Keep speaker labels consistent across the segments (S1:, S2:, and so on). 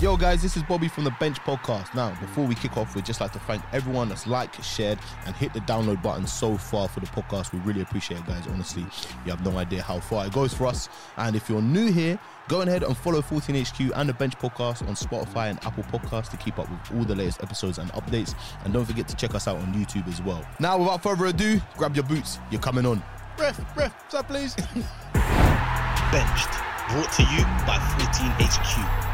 S1: Yo, guys, this is Bobby from the Bench Podcast. Now, before we kick off, we'd just like to thank everyone that's liked, shared, and hit the download button so far for the podcast. We really appreciate it, guys. Honestly, you have no idea how far it goes for us. And if you're new here, go ahead and follow 14HQ and the Bench Podcast on Spotify and Apple Podcasts to keep up with all the latest episodes and updates. And don't forget to check us out on YouTube as well. Now, without further ado, grab your boots. You're coming on. Ref, ref, sir, please.
S2: Benched, brought to you by 14HQ.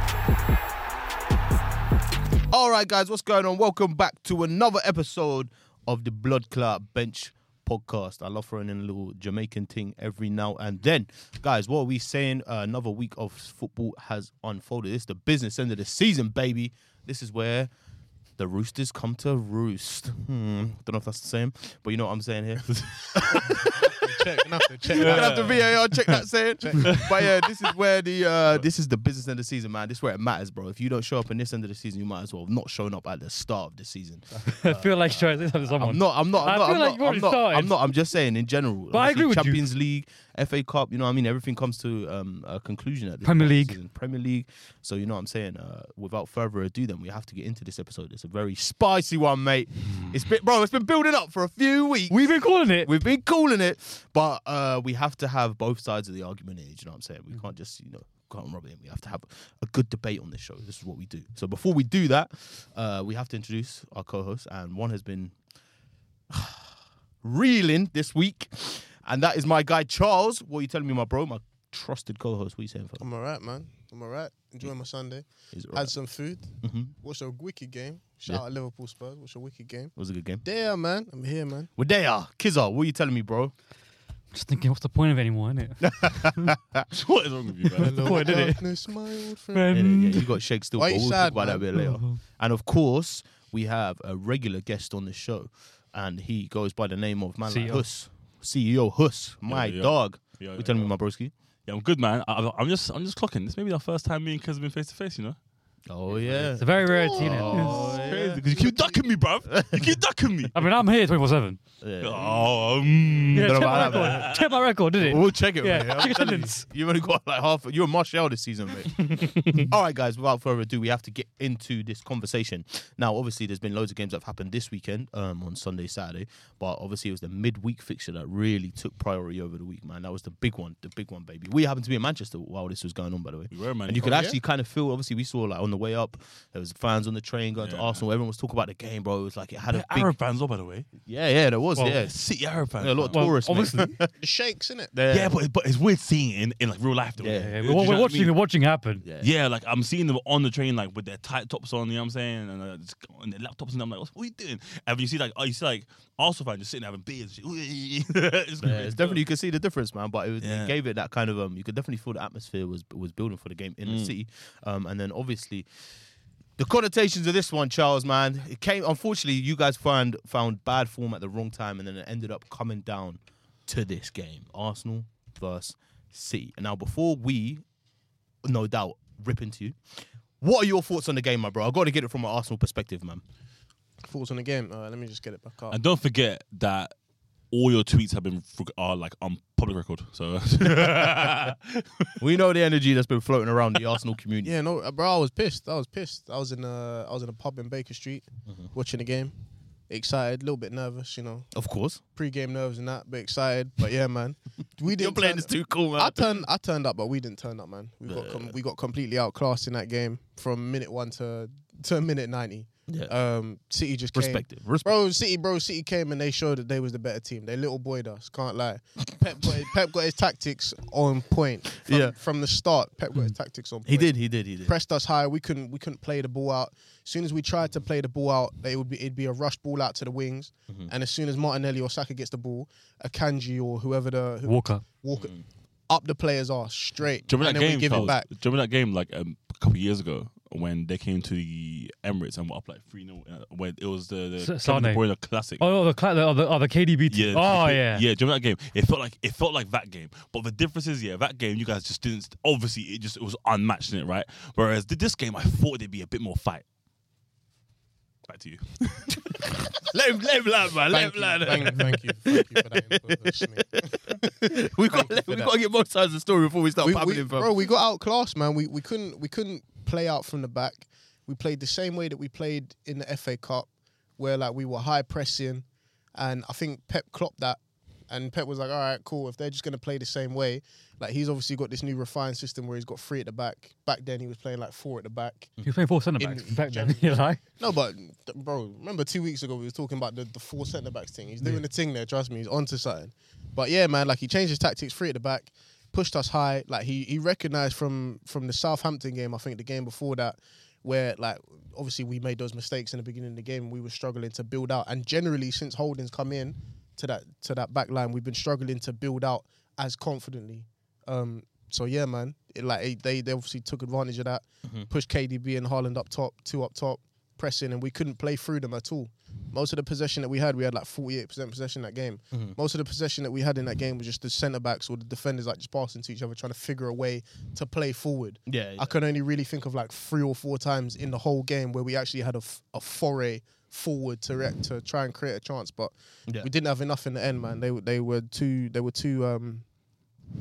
S1: All right, guys, what's going on? Welcome back to another episode of the Blood Clot Bench podcast. I love throwing in a little Jamaican thing every now and then. Guys, what are we saying? Uh, another week of football has unfolded. It's the business end of the season, baby. This is where the roosters come to roost. Hmm, don't know if that's the same, but you know what I'm saying here.
S3: check, nothing. Check.
S1: You're gonna have to VAR check that saying. But yeah, this is where the uh, this is the business end of the season, man. This is where it matters, bro. If you don't show up in this end of the season, you might as well have not shown up at the start of the season.
S4: I feel like you're trying to say someone.
S1: I'm not. I'm not. I'm
S4: I
S1: not.
S4: feel
S1: I'm,
S4: like
S1: not
S4: you've
S1: I'm,
S4: already
S1: not
S4: started.
S1: I'm not. I'm just saying in general.
S4: I
S1: Obviously,
S4: agree with you.
S1: Champions League, FA Cup. You know, what I mean, everything comes to um, a conclusion at this point
S4: Premier
S1: of the
S4: League.
S1: season. Premier League. So you know what I'm saying. Uh, without further ado, then we have to get into this episode. It's a very spicy one, mate. It's been, bro. It's been building up for a few weeks.
S4: We've been calling it.
S1: We've been calling it, but uh, we have to have both sides of the argument here. Do you know what I'm saying? We can't just, you know, can't rub it in. We have to have a good debate on this show. This is what we do. So before we do that, uh, we have to introduce our co-host, and one has been reeling this week, and that is my guy Charles. What are you telling me, my bro? My trusted co-host. What are you saying, fella?
S3: I'm all right, man. I'm all right. Enjoying my Sunday.
S1: He's all
S3: Had
S1: right.
S3: some food.
S1: Mhm.
S3: Watched a wicked game. Shout
S1: Yeah.
S3: out Liverpool Spurs. Watched a wicked game.
S1: It was a good game.
S3: There, man. I'm here, man.
S1: Well, they are. Kizar, what are you telling me, bro?
S4: Just thinking, what's the point of it anymore, innit?
S1: what is wrong with you, man?
S3: Hello,
S4: point, innit?
S3: darkness, my old friend.
S4: Mm.
S1: yeah, yeah, yeah, you got shake still.
S3: Why
S1: but
S3: you
S1: we'll
S3: sad,
S1: talk about that a
S3: man?
S1: bit later. And of course, we have a regular guest on the show, and he goes by the name of man like
S4: CEO.
S1: Huss, CEO Huss, my
S5: Yo, yo.
S1: dog.
S5: Yo,
S1: you
S5: yo,
S1: telling
S5: yo.
S1: me, my broski?
S5: Yeah, I'm good, man. I, I- I'm just, I'm just clocking. This may be the first time me and Kez have been face to face. You know,
S1: Oh yeah.
S4: It's a very rare team.
S1: Oh, yeah.
S5: crazy because you keep ducking me, bruv. You keep ducking me.
S4: I mean, I'm here 24 7.
S1: Yeah.
S5: Oh, mm.
S4: Yeah,
S1: Don't know
S4: check my
S1: about that,
S4: record. Check my record, did it?
S1: We'll check it.
S4: Yeah,
S1: mate. I'm
S4: chicken
S1: telling you,
S4: tendons.
S1: You've only got like half. You're a Martial this season, mate. All right, guys. Without further ado, we have to get into this conversation. Now, obviously, there's been loads of games that have happened this weekend um, on Sunday, Saturday, but obviously it was the midweek fixture that really took priority over the week, man. That was the big one, the big one, baby. We happened to be in Manchester while this was going on, by the way.
S5: We were, man.
S1: And you could
S3: Oh, yeah?
S1: actually kind of feel. Obviously, we saw like on the way up, there was fans on the train going to
S5: Yeah.
S1: Arsenal. Everyone was talking about the game, bro. It was like it had a big,
S5: Arab fans, oh, by the way.
S1: yeah, yeah. There was,
S4: Well,
S1: yeah.
S5: City Arab fans.
S1: Yeah, a lot of
S5: man.
S4: Well,
S1: tourists, mate.
S4: obviously.
S3: The shakes, innit?
S1: There-
S5: yeah, but but it's weird seeing it in, in like real life. Though.
S1: Yeah,
S5: Do
S1: yeah,
S4: We're,
S5: you know what I
S4: we're
S5: mean?
S4: watching, we're watching happen.
S1: Yeah.
S5: Yeah, like I'm seeing them on the train, like with their tight tops on. You know what I'm saying? And uh, just on their laptops, and I'm like, "What's- what are you doing? And when you see like, oh, you see like Arsenal fans just sitting there having beers. And shit. It's
S1: Yeah,
S5: crazy.
S1: it's definitely you could see the difference, man. But it, was,
S5: Yeah.
S1: it gave it that kind of um. You could definitely feel the atmosphere was was building for the game in the
S5: Mm.
S1: city, um, and then obviously. The connotations of this one, Charles, man, it came. Unfortunately, you guys found found bad form at the wrong time, and then it ended up coming down to this game: Arsenal versus City. And now, before we, no doubt, rip into you, what are your thoughts on the game, my bro? I got to get it from an Arsenal perspective, man.
S3: Thoughts on the game? All right, let me just get it back up.
S5: And don't forget that all your tweets have been fr- are like on public record. So
S1: We know the energy that's been floating around the Arsenal community.
S3: Yeah, no, uh, bro, I was pissed. I was pissed. I was in a, I was in a pub in Baker Street,
S1: Mm-hmm.
S3: watching the game. Excited, a little bit nervous, you know,
S1: Of course,
S3: pre-game nerves and that, but excited. But yeah, man, we didn't.
S1: you're playing
S3: turn-
S1: this too cool, man.
S3: I turned, I turned up, but we didn't turn up, man. We got, com- we got completely outclassed in that game from minute one to to minute ninety.
S1: Yeah.
S3: Um, City just came.
S1: Respective, respect.
S3: Bro, City, bro, City came and they showed that they was the better team. They little boyed us, can't lie. Pep got, Pep got his tactics on point. From,
S1: Yeah. Mm.
S3: from the start, Pep got his tactics on point.
S1: He did, he did, he did.
S3: Pressed us high. We couldn't, we couldn't play the ball out. As soon as we tried to play the ball out, it would be, it'd be a rush ball out to the wings.
S1: Mm-hmm.
S3: And as soon as Martinelli or Saka gets the ball, a Kanji or whoever the who,
S4: Walker.
S3: walk
S1: Hmm.
S3: up the player's arse straight,
S5: Do you remember
S3: and
S5: that
S3: then
S5: game?
S3: we give
S5: fellas?
S3: it back.
S5: Do you remember that game like um, a couple of years ago when they came to the Emirates and were up like three 0 When it was the the
S4: S-
S5: Kevin De
S4: Sane.
S5: Bruyne classic.
S4: Oh, the, cla- the, oh, the, oh, the KDB
S5: Yeah.
S4: team. oh,
S5: they-
S4: yeah.
S5: Yeah. Do you remember that game? It felt like it felt like that game, but the difference is, yeah, that game you guys just didn't. Obviously, it just it was unmatched in it, right? Whereas th- this game, I thought there'd be a bit more fight. Back to you.
S1: Let him, let him land, man. Let
S3: Thank
S1: him
S3: you,
S1: land.
S3: thank, thank you, thank you for that input, Smith.
S1: We got,
S3: you
S1: we
S3: for
S1: got to get both sides of the story before we start
S3: we,
S1: popping
S3: we,
S1: in, fam.
S3: bro, we got outclassed, man. We we couldn't we couldn't play out from the back. We played the same way that we played in the FA Cup, where like we were high pressing, and I think Pep clopped that. And Pep was like, "All right, cool. If they're just gonna play the same way, like he's obviously got this new refined system where he's got three at the back. Back then he was playing like four at the back.
S4: You're playing four centre
S3: In
S4: backs back then.
S3: general.
S4: You're like,
S3: No, but th- bro, remember two weeks ago we were talking about the, the four centre backs thing. He's doing the thing there. Trust me, he's onto something. But yeah, man, like he changed his tactics, three at the back, pushed us high. Like he he recognised from from the Southampton game, I think the game before that, where like obviously we made those mistakes in the beginning of the game. We were struggling to build out, and generally since Holdings come in to that to that back line, we've been struggling to build out as confidently. Um, so yeah, man, it, like it, they they obviously took advantage of that, pushed KDB and Haaland up top, two up top, pressing, and we couldn't play through them at all. Most of the possession that we had, we had like forty eight percent possession that game. Most of the possession that we had in that game was just the centre backs or the defenders like just passing to each other, trying to figure a way to play forward.
S1: Yeah, yeah.
S3: I can only really think of like three or four times in the whole game where we actually had a, f- a foray forward to re- to try and create a chance, but
S1: Yeah.
S3: we didn't have enough in the end, man. They were- they were too they were too um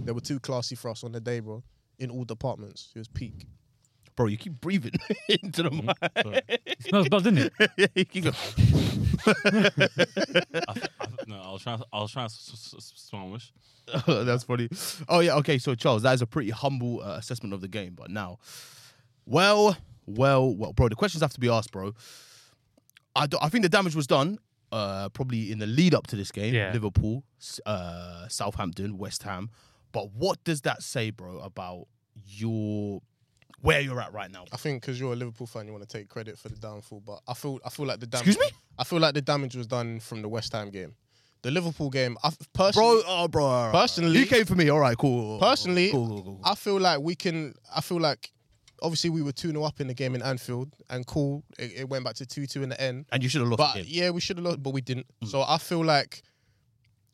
S3: they were too classy for us on the day, bro. In all departments, it was peak.
S1: Bro, you keep breathing into the mic.
S4: it smells blood, didn't it?
S1: You keep going,
S5: I, th- I, th- no, I was trying. I was trying to s- s- s- smallish.
S1: That's funny. Oh yeah, okay. So Charles, that is a pretty humble uh, assessment of the game. But now, well, well, well, bro, the questions have to be asked, bro. I do I think the damage was done. Uh, probably in the lead up to this game,
S4: Yeah.
S1: Liverpool, S- uh, Southampton, West Ham. But what does that say, bro, about your where you're at right now?
S3: I think because you're a Liverpool fan, you want to take credit for the downfall. But I feel I feel like the damage.
S1: Excuse me?
S3: I feel like the damage was done from the West Ham game. The Liverpool game, I
S1: Bro,
S3: personally,
S1: oh, bro. all right.
S3: Personally-
S1: you came for me. All right, cool.
S3: Personally,
S1: cool, cool, cool, cool.
S3: I feel like we can. I feel like obviously we were 2 0 up in the game in Anfield, and cool, it, it went back to 2 2 in the end.
S1: and you should have lost.
S3: But
S1: the game.
S3: yeah, we should have lost, but we didn't.
S1: Mm.
S3: So I feel like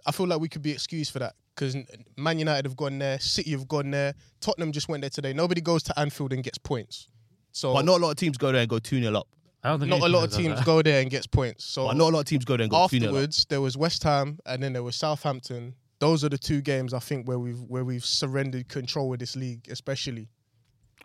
S3: I feel like we could be excused for that because Man United have gone there, City have gone there, Tottenham just went there today. Nobody goes to Anfield and gets points. So
S1: But not a lot of teams go there and go 2 0 up.
S4: I don't think
S3: not a
S4: anything
S3: lot of
S4: does that.
S3: teams go there and gets points. So
S1: But not a lot of teams go there and go 2 0 up.
S3: afterwards there was West Ham and then there was Southampton. Those are the two games I think where we've where we've surrendered control of this league, especially.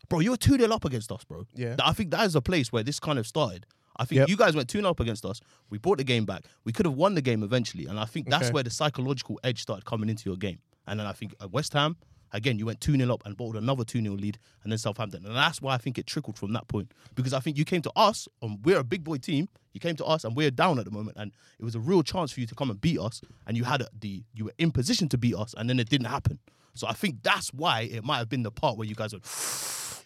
S1: Bro, you were 2 0 up against us, bro.
S3: Yeah.
S1: Th- I think that is a place where this kind of started. I think
S3: Yep.
S1: you guys went 2 0 up against us. We brought the game back. We could have won the game eventually. And I think that's
S3: Okay.
S1: where the psychological edge started coming into your game. And then I think at West Ham, again, you went 2 0 up and bottled another 2 0 lead and then Southampton. And that's why I think it trickled from that point. Because I think you came to us, and we're a big boy team. You came to us, and we're down at the moment. And it was a real chance for you to come and beat us. And you had the, you were in position to beat us, and then it didn't happen. So I think that's why it might have been the part where you guys went,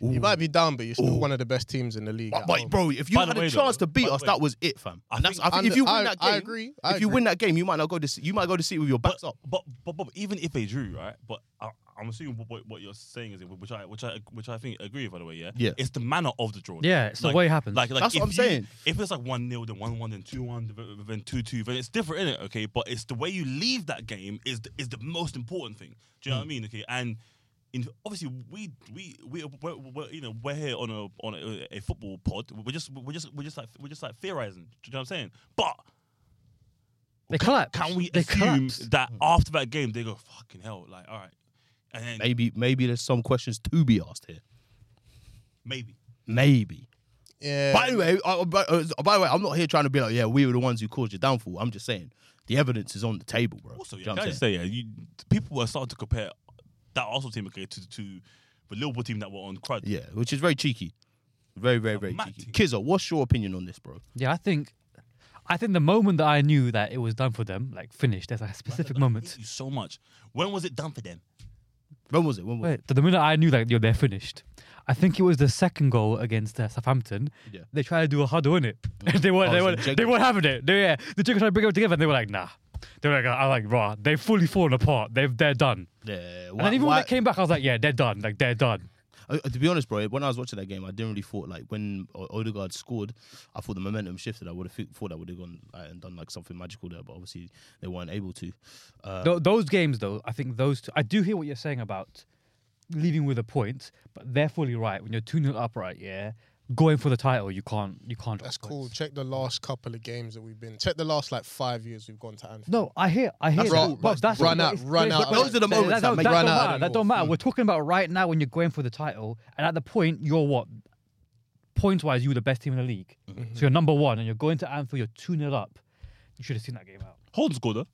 S3: You might be down, but you're still one of the best teams in the league.
S1: but,
S3: at
S1: but
S3: home.
S1: bro, if you
S5: By the
S1: had
S5: way,
S1: a chance to
S5: though-
S1: beat
S5: by the
S1: us,
S5: way-
S1: that was it, fam. And that's, I think
S3: I'm
S1: if you
S3: the-
S1: win
S3: I-
S1: that game,
S3: I agree, I
S1: if you
S3: agree.
S1: win that game, you might not go to. You might go to see with your backs up.
S5: But but, but but even if they drew, right? But I, I'm assuming what- what, what you're saying is which I which I which I think agree with by the way. Yeah.
S1: Yeah.
S5: It's the manner of the draw.
S4: Yeah, it's the way it happens.
S5: Like, like
S1: That's what
S5: if
S1: I'm
S5: you-
S1: saying.
S5: If it's like one 0 then one one, then two one, then two two, then it's different in it. Okay, but it's the way you leave that game is the, is the most important thing.
S4: Mm.
S5: Do you know what I mean? Okay, and. In, obviously, we we we we're, we're, you know we're here on a on a, a football pod. We're just we're just we're just like we're just like theorizing. Do you know what I'm saying? But
S4: They collapsed.
S5: can we
S4: they
S5: assume
S4: collapsed.
S5: that after that game they go fucking hell? Like, all right, and then maybe,
S1: Maybe maybe there's some questions to be asked here. Maybe.
S3: yeah.
S1: By the way, uh, by, uh, by the way, I'm not here trying to be like, yeah, we were the ones who caused your downfall. I'm just saying the evidence is on the table, bro.
S5: also,
S1: Do
S5: yeah,
S1: you know
S5: can
S1: what
S5: I
S1: I'm
S5: just
S1: saying?
S5: say, yeah, you, people were starting to compare that Arsenal team okay, to to the Liverpool team that were on crud.
S1: Yeah, which is very cheeky, very very very
S5: mad
S1: cheeky.
S5: team.
S1: Kizza, what's your opinion on this, bro?
S4: Yeah, I think, I think the moment that I knew that it was done for them, like finished, there's a specific moment.
S5: Thank you so much. When was it done for them?
S1: When was it? When was
S4: Wait, the minute I knew that you're they're finished, I think it was the second goal against uh, Southampton.
S1: Yeah.
S4: They tried to do a huddle in it. they weren't.
S1: Oh,
S4: they
S1: so
S4: weren't.
S1: Jacob-
S4: They weren't having it. They, yeah, the Jacob tried to bring it together, and they were like, nah. They were like, I like raw. They've fully fallen apart. They've they're done.
S1: it? Yeah.
S4: And
S1: why-
S4: then even when
S1: why-
S4: they came back, I was like, yeah, they're done. Like they're done.
S1: Uh, to be honest, bro, when I was watching that game, I didn't really thought like when O- Odegaard scored, I thought the momentum shifted. I would have thought I would have gone uh, and done like something magical there, but obviously they weren't able to. Uh,
S4: Tho- those games, though, I think those. Two, I do hear what you're saying about leaving with a point, but they're fully right. When you're two 0 up, right? Yeah, going for the title, you can't. You can't.
S3: that's
S4: drop
S3: cool.
S4: points.
S3: Check the last couple of games that we've been. Check the last like five years we've gone to Anfield.
S4: No, I hear, I hear
S3: That's
S4: that.
S3: cool.
S4: But that's
S3: Run
S4: but
S3: out-
S4: it's- but
S3: run
S4: it's-
S3: out
S4: but
S1: of- Those are the
S4: that-
S1: moments
S4: That,
S1: that make-
S4: that
S3: Run
S4: don't
S3: out of
S4: matter. That
S3: the
S4: don't matter.
S3: north.
S4: We're talking about right now when you're going for the title, and at the point you're what points wise, you were the best team in the league.
S3: Mm-hmm.
S4: So you're number one, and you're going to Anfield. You're two 0 up. You should have seen that game out.
S5: Holden scored though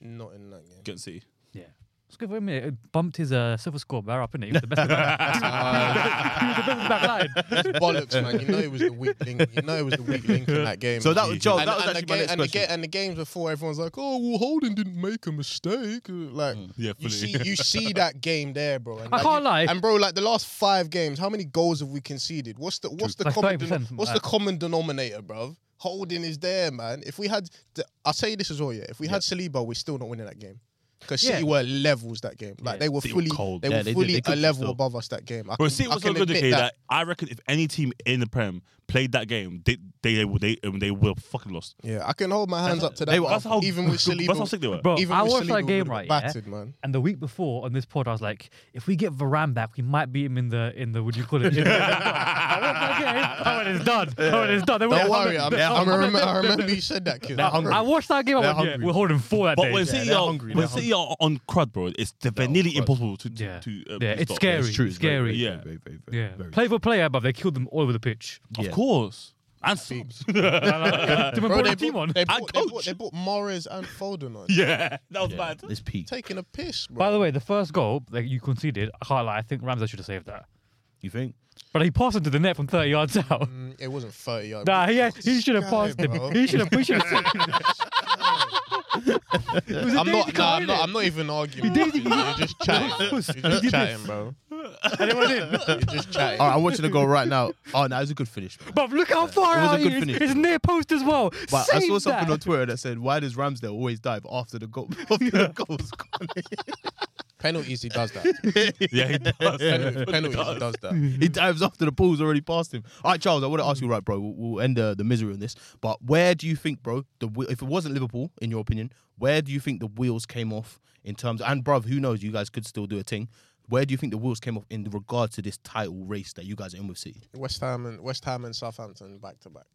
S3: Not in that game.
S5: against City.
S4: Yeah. It's good for him. It bumped his uh, silver score bar up, innit? He was the best. of the
S3: Uh,
S4: back- he was the best of the back line.
S3: Bollocks, man. You know it was the weak link. You know it was the weak link in that game.
S6: So that was Joel.
S3: and,
S6: That was
S3: and the
S6: actually my
S3: ga-
S6: next
S3: and the ga-
S6: question.
S3: and the games before, everyone's like, "Oh, well, Holden didn't make a mistake." Uh, Like,
S6: Mm.
S5: yeah,
S3: you
S5: fully.
S3: see, you see that game there, bro. And
S4: I
S3: like,
S4: can't
S3: you-
S4: lie.
S3: And bro, like the last five games, how many goals have we conceded? What's the what's the
S4: Like
S3: common
S4: 30%,
S3: denom- what's the
S4: like-
S3: common denominator, bro? Holden is there, man. If we had, the, I'll tell you this as well, yeah. If we had Saliba, we're still not winning that game. Because City
S4: Yeah.
S3: were levels that game. Like
S4: Yeah.
S3: they were
S5: They were
S3: fully,
S5: cold.
S3: they
S6: Yeah,
S3: were
S6: they did.
S3: fully
S6: They
S3: a
S6: cooked us
S3: level
S6: though.
S3: above us that game. I
S5: Bro,
S3: can-
S5: City
S3: I
S5: was so
S3: can
S5: good,
S3: admit
S5: okay, that. I reckon if any team in the Prem played that game, they they they they, um, they would have fucking lost.
S3: Yeah, I can hold my hands up to that.
S5: They were-
S3: That's
S5: that's how-
S3: even with Saliba,
S5: that's how sick they were.
S4: Bro,
S3: even
S4: I
S3: with
S4: watched
S3: Saliba,
S4: that
S3: we
S4: game
S3: would've
S4: right,
S3: battered,
S4: yeah?
S3: man.
S4: And the week before on this pod, I was like, if we get Varane back, we might beat him in the in the what do you call it? I went back in, oh, and it's done. Oh, and it's done. They went-
S3: Don't worry, I'm,
S4: they-
S3: I'm, I remember, I remember you said that, kid.
S4: I watched that game. I
S1: They're
S4: went, yeah,
S1: hungry.
S4: we're holding four that
S5: But
S4: day.
S5: when
S4: yeah,
S5: City
S1: they're
S5: are
S1: hungry,
S5: when
S1: they're
S5: City are on crud, bro, it's they're nearly
S1: crud.
S5: impossible to to,
S4: yeah,
S5: to uh,
S4: yeah,
S5: to
S4: it's
S5: stop.
S4: scary.
S1: true.
S4: It's scary.
S5: Yeah.
S1: Very, very, very,
S4: yeah.
S1: very-
S4: Play for player, but they killed them all over the pitch.
S1: yeah.
S5: Of course, and subs.
S4: They
S3: Bro,
S4: brought
S3: they
S4: the team
S3: bought,
S4: on.
S3: they
S5: Our
S3: bought, they bought,
S5: coach.
S3: they bought Mahrez and Foden on.
S5: yeah, that was bad.
S1: It's peak.
S3: Taking a piss, bro.
S4: By the way, the first goal that you conceded, I can't lie, I think Ramsey should have saved that.
S1: You think?
S4: But he passed into the net from 30 yards out.
S3: Mm, it wasn't 30 yards.
S4: Nah, he, he should have
S3: Sky,
S4: passed him.
S3: bro.
S4: He should have. He should have. It was a
S3: I'm
S4: daisy cutter,
S3: not, nah, I'm
S4: innit?
S3: not, I'm not even arguing.
S4: He
S3: You're
S4: did- he
S3: just chatting. You're just chatting, bro.
S4: And it went in.
S3: You're just chatting.
S1: All right, I want you to go right now. Oh, no, it's a good finish. Man.
S4: But look how far
S1: It was a
S4: out he
S1: good
S4: is.
S1: finish.
S4: It's near post as well.
S1: But
S4: Save
S1: I saw something
S4: that.
S1: on Twitter that said, "Why does Ramsdale always dive after the goal?" After the goal's gone,
S3: Penalties, he does that.
S5: Yeah, he does.
S3: Penalties, penalties, he does that.
S1: he dives after the ball's already past him. All right, Charles, I want to ask you, right, bro? We'll, we'll end the, the misery on this. But where do you think, bro? The whe- if it wasn't Liverpool, in your opinion, where do you think the wheels came off in terms? And, bro, who knows? You guys could still do a thing. Where do you think the wheels came off in regard to this title race that you guys are in with City?
S3: West Ham and West Ham and Southampton back to back.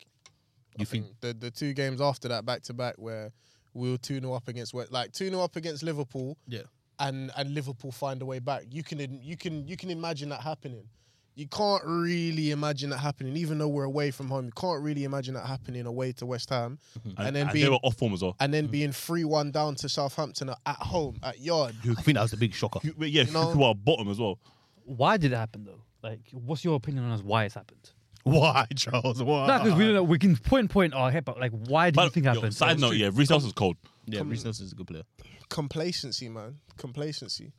S1: You
S3: think
S1: think?
S3: the the two games after that back to back where we were 2 0 up against West, like 2 0 up against Liverpool
S1: Yeah.
S3: and and Liverpool find a way back. You can you can you can imagine that happening. You can't really imagine that happening, even though we're away from home. You can't really imagine that happening away to West Ham,
S5: And,
S3: and then
S5: and they
S3: being
S5: were off form as well.
S3: and then being three one down to Southampton at at home at Yard.
S1: I think that was the big shocker.
S5: You- but yeah,
S3: You know-
S5: who are bottom as well.
S4: Why did it happen though? Like, what's your opinion on us? Why it's happened?
S1: Why, Charles? Why?
S4: That's because we don't know. We can point point our head, but like, why did you
S5: But
S4: think it
S5: yo,
S4: happened?
S5: side note, yeah, Reece Nelson's cold.
S1: yeah, Reece Nelson's a good player.
S3: Complacency, man, complacency.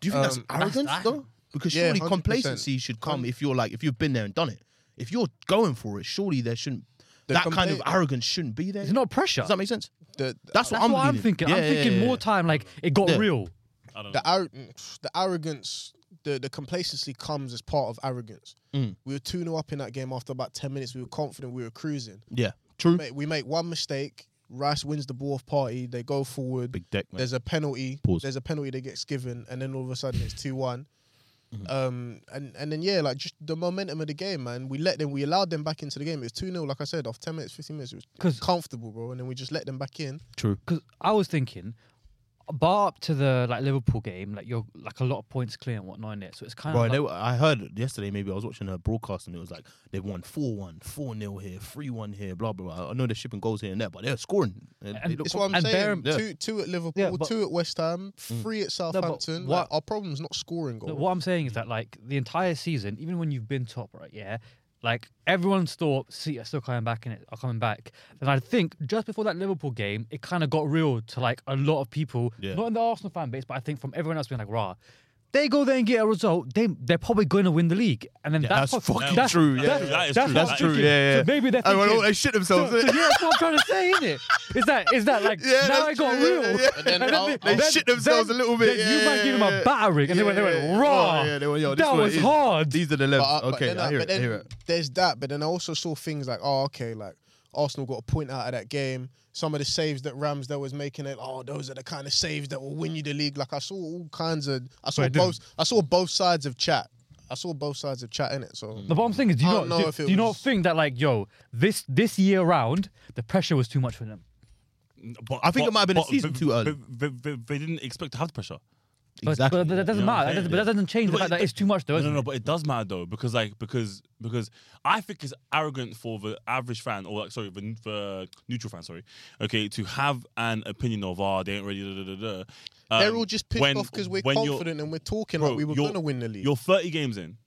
S1: Do you think
S3: Um,
S1: that's arrogance though? Because
S3: Yeah,
S1: surely
S3: 100%.
S1: complacency should come if you're like if you've been there and done it. If you're going for it, surely there shouldn't that kind of
S3: compla-
S1: arrogance shouldn't be there.
S4: It's not pressure.
S1: Does that make sense?
S3: The
S1: That's,
S4: That's
S1: what I'm,
S4: what I'm
S1: leaning-
S4: thinking.
S1: Yeah,
S4: I'm
S1: yeah,
S4: thinking
S1: yeah,
S4: more
S1: yeah.
S4: time. Like, it got
S1: Yeah.
S4: real.
S5: I don't know.
S3: the ar- the arrogance, the, the complacency comes as part of arrogance.
S1: Mm.
S3: We were 2 0 up in that game after about 10 minutes. We were confident, we were cruising.
S1: Yeah, true.
S3: Mate, we make one mistake. Rice wins the ball off party. They go forward.
S1: Big deck, man.
S3: There's a penalty.
S1: Pause.
S3: There's a penalty that gets given, and then all of a sudden it's 2 one
S1: Mm-hmm.
S3: Um, and, and then, yeah, like just the momentum of the game, man. We let them, we allowed them back into the game. It was 2 0, like I said, off 10 minutes, 15 minutes. It was
S4: 'Cause-
S3: comfortable, bro. And then we just let them back in.
S1: True.
S4: because I was thinking, bar up to the like Liverpool game, like you're like a lot of points clear and whatnot in it. So it's kind
S1: Bro,
S4: of
S1: they
S4: like,
S1: were, I heard yesterday maybe I was watching a broadcast and it was like they've won 4-1, 4-0 here, 3-1 here, blah blah blah. I know they're shipping goals here and there, but they're scoring. And they
S4: And
S1: look
S3: It's what I'm
S4: And bear
S3: saying.
S4: in-
S1: Yeah.
S3: Two, two at Liverpool,
S4: Yeah, but-
S3: two at West Ham, three at Southampton.
S4: what-
S3: Like, our problem's not scoring goals.
S4: No, what I'm saying is that like the entire season, even when you've been top, right? Yeah, like everyone's thought City are still coming back in it are coming back. And I think just before that Liverpool game, it kind of got real to like a lot of people,
S1: Yeah.
S4: not in the Arsenal fan base, but I think from everyone else being like, rah. They go there and get a result. They they're probably going to win the league, and then
S1: Yeah,
S4: that's,
S1: that's
S4: prob-
S1: fucking true, yeah.
S4: that's,
S5: That
S4: that's
S5: is true,
S4: what I'm
S5: that is true,
S4: thinking.
S1: yeah, yeah.
S4: So maybe they're
S1: And when
S4: thinking,
S1: all- they shit themselves.
S4: so, so yeah, that's what I'm trying to say, isn't it? Is that is that like
S1: Yeah,
S4: now
S1: that's
S4: it got
S1: true, yeah,
S4: real?
S1: yeah.
S4: And
S3: then I'll-
S4: they-
S1: They shit themselves a little bit,
S4: then
S1: yeah,
S4: you might
S1: yeah,
S4: give them
S1: yeah.
S4: a battering, and they went, they
S1: Yeah,
S4: went
S1: yeah,
S4: raw.
S1: yeah, they went, yo, this
S4: that
S1: one
S4: was
S1: is-
S4: hard.
S1: These are the levels.
S3: But, uh, but
S1: okay,
S3: then, uh,
S1: I hear
S3: but
S1: it. I
S3: then
S1: hear it.
S3: There's that, but then I also saw things like, oh, okay, like Arsenal got a point out of that game. Some of the saves that Ramsdale was making, it, oh, those are the kind of saves that will win you the league. Like I saw all kinds of, I saw
S4: it
S3: both, I saw both sides of chat. I saw both sides of chat in it. So
S4: The bottom thing is, do you
S3: I
S4: not
S3: don't know
S4: do,
S3: if it
S4: do you not
S3: was-
S4: think that like, yo, this this year round, the pressure was too much for them?
S5: But,
S1: I think it might have been a season
S5: but-
S1: too early.
S5: but- but- but They didn't expect to have the pressure.
S4: But,
S6: Exactly.
S4: but that doesn't
S5: You know what I'm
S4: matter. That
S5: saying?
S4: doesn't, but that doesn't change the
S5: But
S4: fact
S5: it-
S4: that it's too much, though.
S5: No,
S4: isn't
S5: no,
S4: it?
S5: no, but it does matter though because like because because I think it's arrogant for the average fan or like sorry the, the neutral fan sorry okay to have an opinion of ah they ain't ready da, da, da, da. Um,
S3: They're all just pissed
S5: when-
S3: off because we're
S5: when you're-
S3: confident and we're talking
S5: bro,
S3: like we were
S5: you're-
S3: going to win the league.
S5: You're 30 games in,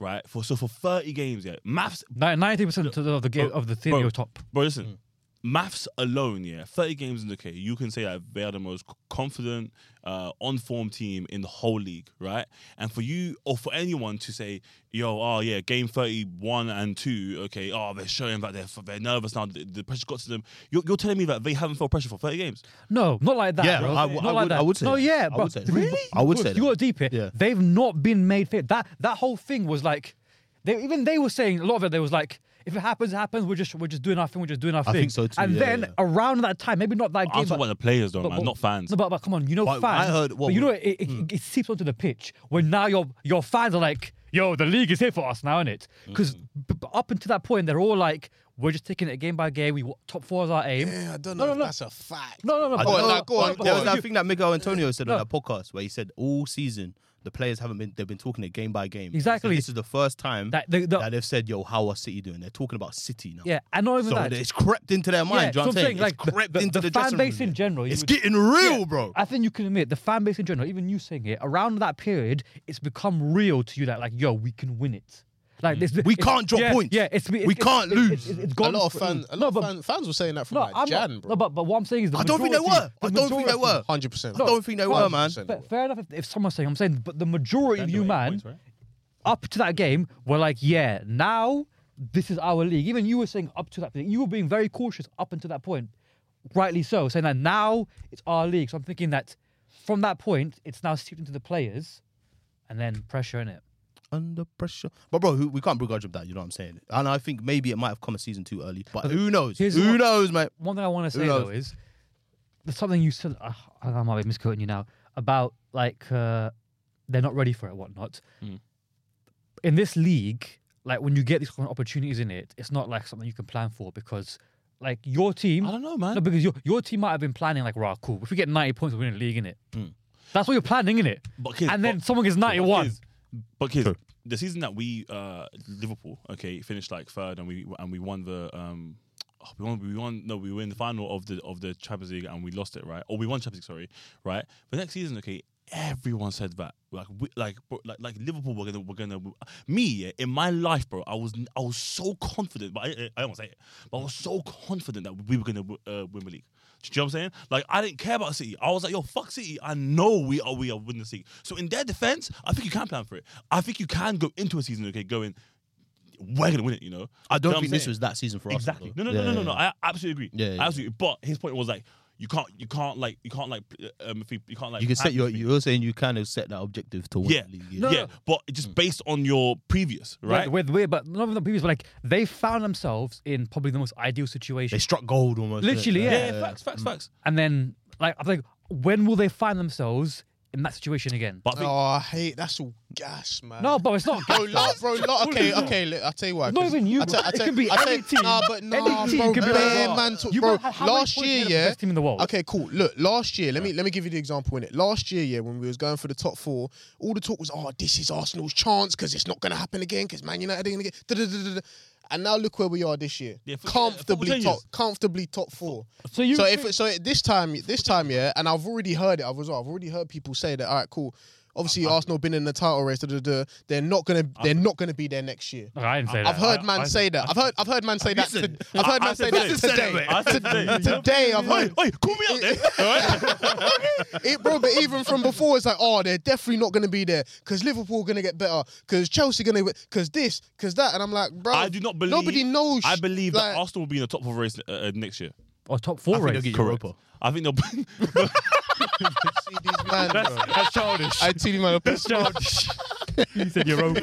S5: right? For so for 30 games, yeah. Maths,
S4: Ni- Ninety percent of the game, of the theory
S5: bro.
S4: was top.
S5: bro. Listen,
S4: Mm.
S5: maths alone, yeah. 30 games in the K, you can say that they are the most c- confident, uh, on form team in the whole league, right? And for you or for anyone to say, yo, oh yeah, game 31 and two, okay, oh they're showing that they're f- they're nervous now. The, the pressure got to them. You're, you're telling me that they haven't felt pressure for 30 games.
S4: No, not like that.
S1: Yeah,
S4: bro.
S1: I w-
S4: not
S1: I
S4: like
S1: would-
S4: that.
S1: I would say
S4: No,
S1: that.
S4: yeah,
S1: I
S4: but
S1: would say that. Really? I would say
S4: You
S1: that.
S4: got deep here.
S1: Yeah.
S4: They've not been made fit. That that whole thing was like, they even they were saying a lot of it. They was like. If it happens, it happens. We're just we're just doing our thing. We're just doing our
S1: I
S4: thing.
S1: think so too,
S4: And
S1: yeah,
S4: then
S1: yeah.
S4: around that time, maybe not that
S5: I'm
S4: game,
S5: talking
S4: but
S5: about the players though,
S4: but-
S5: man,
S4: but-
S5: not fans.
S4: No, but, but come on, you know
S1: But I
S4: fans.
S1: heard what Hmm.
S4: but you know
S1: we-
S4: it, it, it, it seeps onto the pitch when now your your fans are like, "Yo, the league is here for us now, isn't it?" Because
S1: Mm-hmm.
S4: up until that point, they're all like, "We're just taking it game by game. We wa- top four is our aim."
S3: yeah, I don't
S4: No,
S3: know.
S4: no,
S3: if
S4: no.
S3: That's a fact.
S4: No, no, no.
S1: I
S4: but-
S1: don't
S3: no,
S1: know.
S3: go on,
S1: But
S3: go
S1: there
S3: on.
S1: was that thing that Miguel Antonio said on
S4: No.
S1: that podcast where he said all season the players haven't been they've been talking it game by game. He said
S4: Exactly.
S1: this is the first time
S4: That- the- the-
S1: that they've said, "Yo, how are City doing?" They're talking about City now.
S4: Yeah, and not even
S1: So
S4: that.
S1: it's crept into their mind. do you know what I'm saying?
S4: like
S1: it's crept
S4: the, the,
S1: into the,
S4: the fan
S1: dressing
S4: base
S1: room.
S4: in general. you
S1: It's
S4: would-
S1: getting real,
S4: Yeah,
S1: bro.
S4: I think you can admit the fan base in general, even you saying it around that period, it's become real to you that like, yo, we can win it. Like this,
S1: Mm. We can't drop
S4: yeah,
S1: points.
S4: Yeah, it's, it's
S1: We
S4: it's-
S1: can't
S4: it's-
S1: lose.
S4: It's, it's, it's
S3: A
S4: gone
S3: lot of
S4: for-
S3: fan, a
S4: no,
S3: lot
S4: but,
S3: of fan, fans were saying that from
S4: no,
S3: like
S4: I'm
S3: Jan,
S4: not,
S3: bro.
S4: no, but but what I'm saying is, the
S1: I don't think they
S4: majority-
S1: were.
S4: the
S1: I don't think they
S4: majority-
S1: were.
S3: Hundred percent.
S1: I don't think they were, man.
S4: But fair enough if, if someone's saying, I'm saying, but the majority of you,
S5: Eight
S4: man,
S5: points, right?
S4: up to that game were like, yeah, now this is our league. Even you were saying up to that, you were being very cautious up until that point, rightly so, saying that now it's our league. So I'm thinking that from that point, it's now seeped into the players, and then pressure in it.
S1: Under pressure, but bro, who, we can't begrudge him that. You know what I'm saying? And I think maybe it might have come a season too early, but who knows?
S4: here's
S1: Who
S4: what-
S1: knows, mate?
S4: One thing I want to say
S1: knows?
S4: though is there's something you said. Uh, I might be misquoting you now about like uh, they're not ready for it, whatnot.
S5: Mm.
S4: In this league, like when you get these kind of opportunities in it, it's not like something you can plan for because like your team.
S5: I don't know, man.
S4: No, because your your team might have been planning like, right, cool. If we get 90 points, we're winning the league in it. That's what you're planning in it.
S5: But kids,
S4: and then
S5: Mm. but-
S4: someone gets 91.
S5: But kids, but kids the season that we uh, Liverpool, okay, finished like third, and we and we won the um, oh, we won we won no, we were in the final of the of the Champions League and we lost it, right? Or we won Champions League, sorry, right? The next season, okay. Everyone said that, like, we, like, bro, like, like Liverpool were gonna, were gonna. Me, yeah, in my life, bro, I was, I was so confident, but I, I don't want to say it, but I was so confident that we were gonna uh, win the league. Do you know what I'm saying? Like I didn't care about City. I was like, yo, fuck City. I know we are we are winning the league. So in their defense, I think you can plan for it. I think you can go into a season okay, going, we're gonna win it. You know?
S1: I don't
S5: You know what
S1: think
S5: I'm
S1: this
S5: saying?
S1: was that season for us.
S5: exactly.
S1: though.
S5: No, no, no,
S1: Yeah,
S5: no, no,
S1: yeah,
S5: no. I absolutely agree.
S1: Yeah, yeah.
S5: absolutely. But his point was like, you can't, you can't like, you can't like, um, if you, you can't like.
S1: You can set
S5: plan
S1: your.
S5: for it.
S1: You're saying you kind of set that objective to win.
S5: yeah,
S1: the league, Mm.
S5: yeah, but just based on your previous, right?
S4: Like, with weird, but none of the previous, but like they found themselves in probably the most ideal situation.
S1: They struck gold almost. didn't they?
S4: Literally, yeah.
S5: yeah, yeah, facts,
S1: Mm.
S5: facts, facts.
S4: and then like I'm like, when will they find themselves in that situation again?
S5: But I think
S3: Oh, I hate. That's all gas, man.
S4: no, but it's not.
S3: Bro, lot, bro, lot. Okay, okay. Look, I'll tell you why.
S4: Not
S3: 'cause
S4: even you,
S3: I tell-
S4: bro.
S3: I
S4: It
S3: tell-
S4: could be
S3: I
S4: any team.
S3: Nah, but nah,
S4: Any team
S3: bro,
S4: could be like,
S3: bare
S4: bro,
S3: man talk-
S4: you
S3: bro,
S4: might have- how many
S3: last
S4: points
S3: year,
S4: made
S3: yeah.
S4: the best team in the world?
S3: Okay, cool. Look, last year, let me let me give you the example in it. Last year, yeah, when we was going for the top four, all the talk was, oh, this is Arsenal's chance because it's not going to happen again because Man United ain't going to get. da-da-da-da-da." And now look where we are this year,
S5: Yeah, football- yeah,
S3: comfortably
S5: football
S3: top,
S5: changes.
S3: comfortably top four.
S4: So you
S3: so
S4: think-
S3: if it- so it- this time, this time, yeah, and I've already heard it. I've was, I've already heard people say that. All right, cool. Obviously, Arsenal been in the title race. Da-da-da. They're not gonna, they're not gonna be there next year.
S4: No, I didn't say that.
S3: I've heard man
S5: I-
S3: say that. I've heard I've heard man say that.
S1: said it?
S3: to- I've heard
S5: I- I
S3: man say
S5: said
S3: that
S5: it. I said
S3: today.
S5: it.
S3: To- Today I've
S5: Wait,
S3: heard
S5: wait, call me out there. All right?
S3: it, bro. But even from before, it's like, oh, they're definitely not going to be there because Liverpool going to get better because Chelsea going to because this because that, and I'm like, bro,
S5: I do not believe.
S3: Nobody knows.
S5: I believe
S3: like,
S5: that Arsenal will be in the top four race uh, uh, next year.
S4: or top four
S1: I think
S4: race.
S1: they'll get
S5: Correct.
S1: Europa.
S5: I think they'll.
S3: see these man, bro.
S4: That's childish.
S3: I tell you, man, piss
S4: Childish. he said Europa.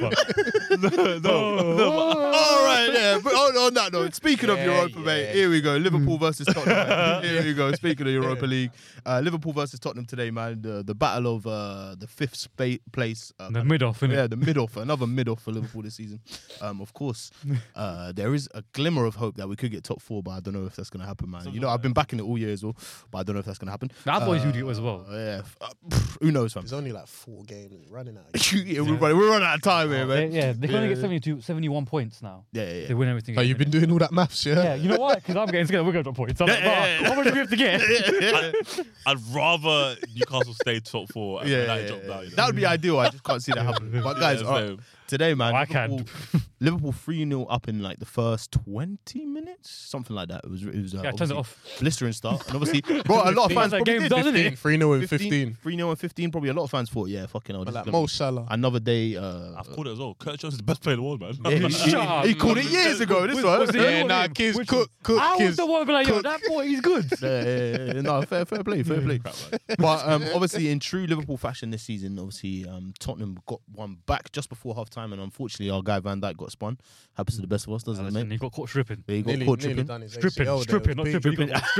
S5: no, no, but-
S1: All right, yeah, yeah, but on, on that note, speaking of
S6: Yeah,
S1: Europa,
S6: yeah.
S1: mate, here we go. Liverpool versus Tottenham. mate. Here we go. Speaking of Europa League, uh, Liverpool versus Tottenham today, man. The, the battle of uh, the fifth spa- place. Uh,
S4: The mid off, innit?
S1: yeah, the mid offer, another mid offer for Liverpool this season. Um, of course, uh, there is a glimmer of hope that we could get top four, but I don't know if that's going to happen, man. You know, I've been backing it all year as well, but I don't know if that's going to happen.
S4: I've always
S1: Uh,
S4: viewed it as well.
S1: Yeah, f- uh, pff, who knows, fam?
S3: There's only like four games running out.
S1: yeah, we're, running, we're running out of time here,
S4: They-
S1: man.
S4: yeah, they're going to get
S1: Yeah.
S4: 72, 71 points now.
S1: Yeah, yeah,
S4: They
S1: yeah.
S4: win everything.
S3: Oh,
S4: again,
S3: you've been
S4: innit?
S3: doing all that maths, yeah?
S4: Yeah, you know why? Because I'm getting scared. We're going to drop points. I'm like,
S5: Yeah, yeah,
S4: "Bruh, What much do we have to get?
S5: I'd rather Newcastle stay top four and
S1: Yeah,
S5: that
S1: yeah,
S5: drop
S1: yeah.
S5: down. You know?
S1: that would be ideal. I just can't see that happening. But guys,
S5: Yeah,
S1: all right,
S5: so-
S1: today, man,
S4: Oh, I can't.
S1: Liverpool- Liverpool three 0 up in like the first twenty minutes, something like that. It was, it was uh,
S4: Yeah, turns
S1: obviously
S4: it off.
S1: blistering start, and obviously, bro, a lot of fans
S4: That's like
S1: probably
S4: game's
S1: did.
S4: done, isn't it?
S3: 3 0 in 15.
S1: 15, 3 0 and 15. Probably a lot of fans thought, yeah, fucking hell.
S3: But
S1: This
S3: like
S1: is
S3: Mo
S1: gonna
S3: Salah.
S1: be another day. Uh,
S5: I've called it as well. Kurt Johnson's the best player in the world, man.
S1: yeah, he, he-
S4: Shut up,
S1: he called it
S4: man.
S1: years ago. This
S4: Was-
S1: one.
S4: was it-
S3: Yeah, nah, kids,
S4: Which-
S3: cook, cook,
S4: I was
S3: kids.
S4: the one to be like, yo, that boy, he's good.
S1: yeah, yeah, yeah, yeah. No, fair, fair play, fair play. but um, obviously, in true Liverpool fashion this season, obviously um, Tottenham got one back just before half time, and unfortunately, our guy Van Dijk got spun. Happens to the best of us, doesn't it,
S4: And
S1: mate?
S4: he got caught stripping.
S1: He got
S3: Nearly,
S1: caught
S3: nearly
S1: tripping.
S3: done his
S4: Stripping,
S3: ACL there.
S4: stripping, not
S3: oh, Big-
S4: tripping.
S3: big-
S4: He got caught